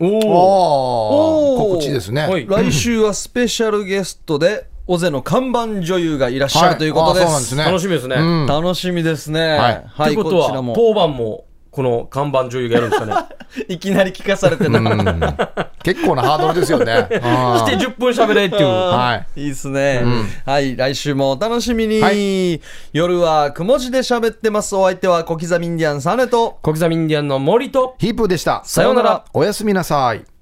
S2: おお。
S3: お
S5: おー
S3: お告知ですね
S2: はい
S5: 来週はスペシャルゲストで、尾瀬の看板女優がいらっしゃ
S3: は
S5: るということ
S3: あそうなんですね
S2: 楽しみですね。
S3: うん
S5: 楽しみですね。
S3: はい
S2: ということ
S5: こちら
S2: は、
S5: も。
S2: 当番も、この看板女優がやるんですかね。
S5: いきなり聞かされて
S3: う
S5: な、。
S3: ん結構なハードルですよね。
S2: そして10分喋れっていう。
S3: はい
S5: いいっすね、はい、来週もお楽しみに。
S3: は
S5: 夜はくも字で喋ってます。お相手は小刻みインディアンサネと。
S2: 小刻みインディアンの森と、
S3: ヒープーでした。
S5: さようなら。
S3: おやすみなさい。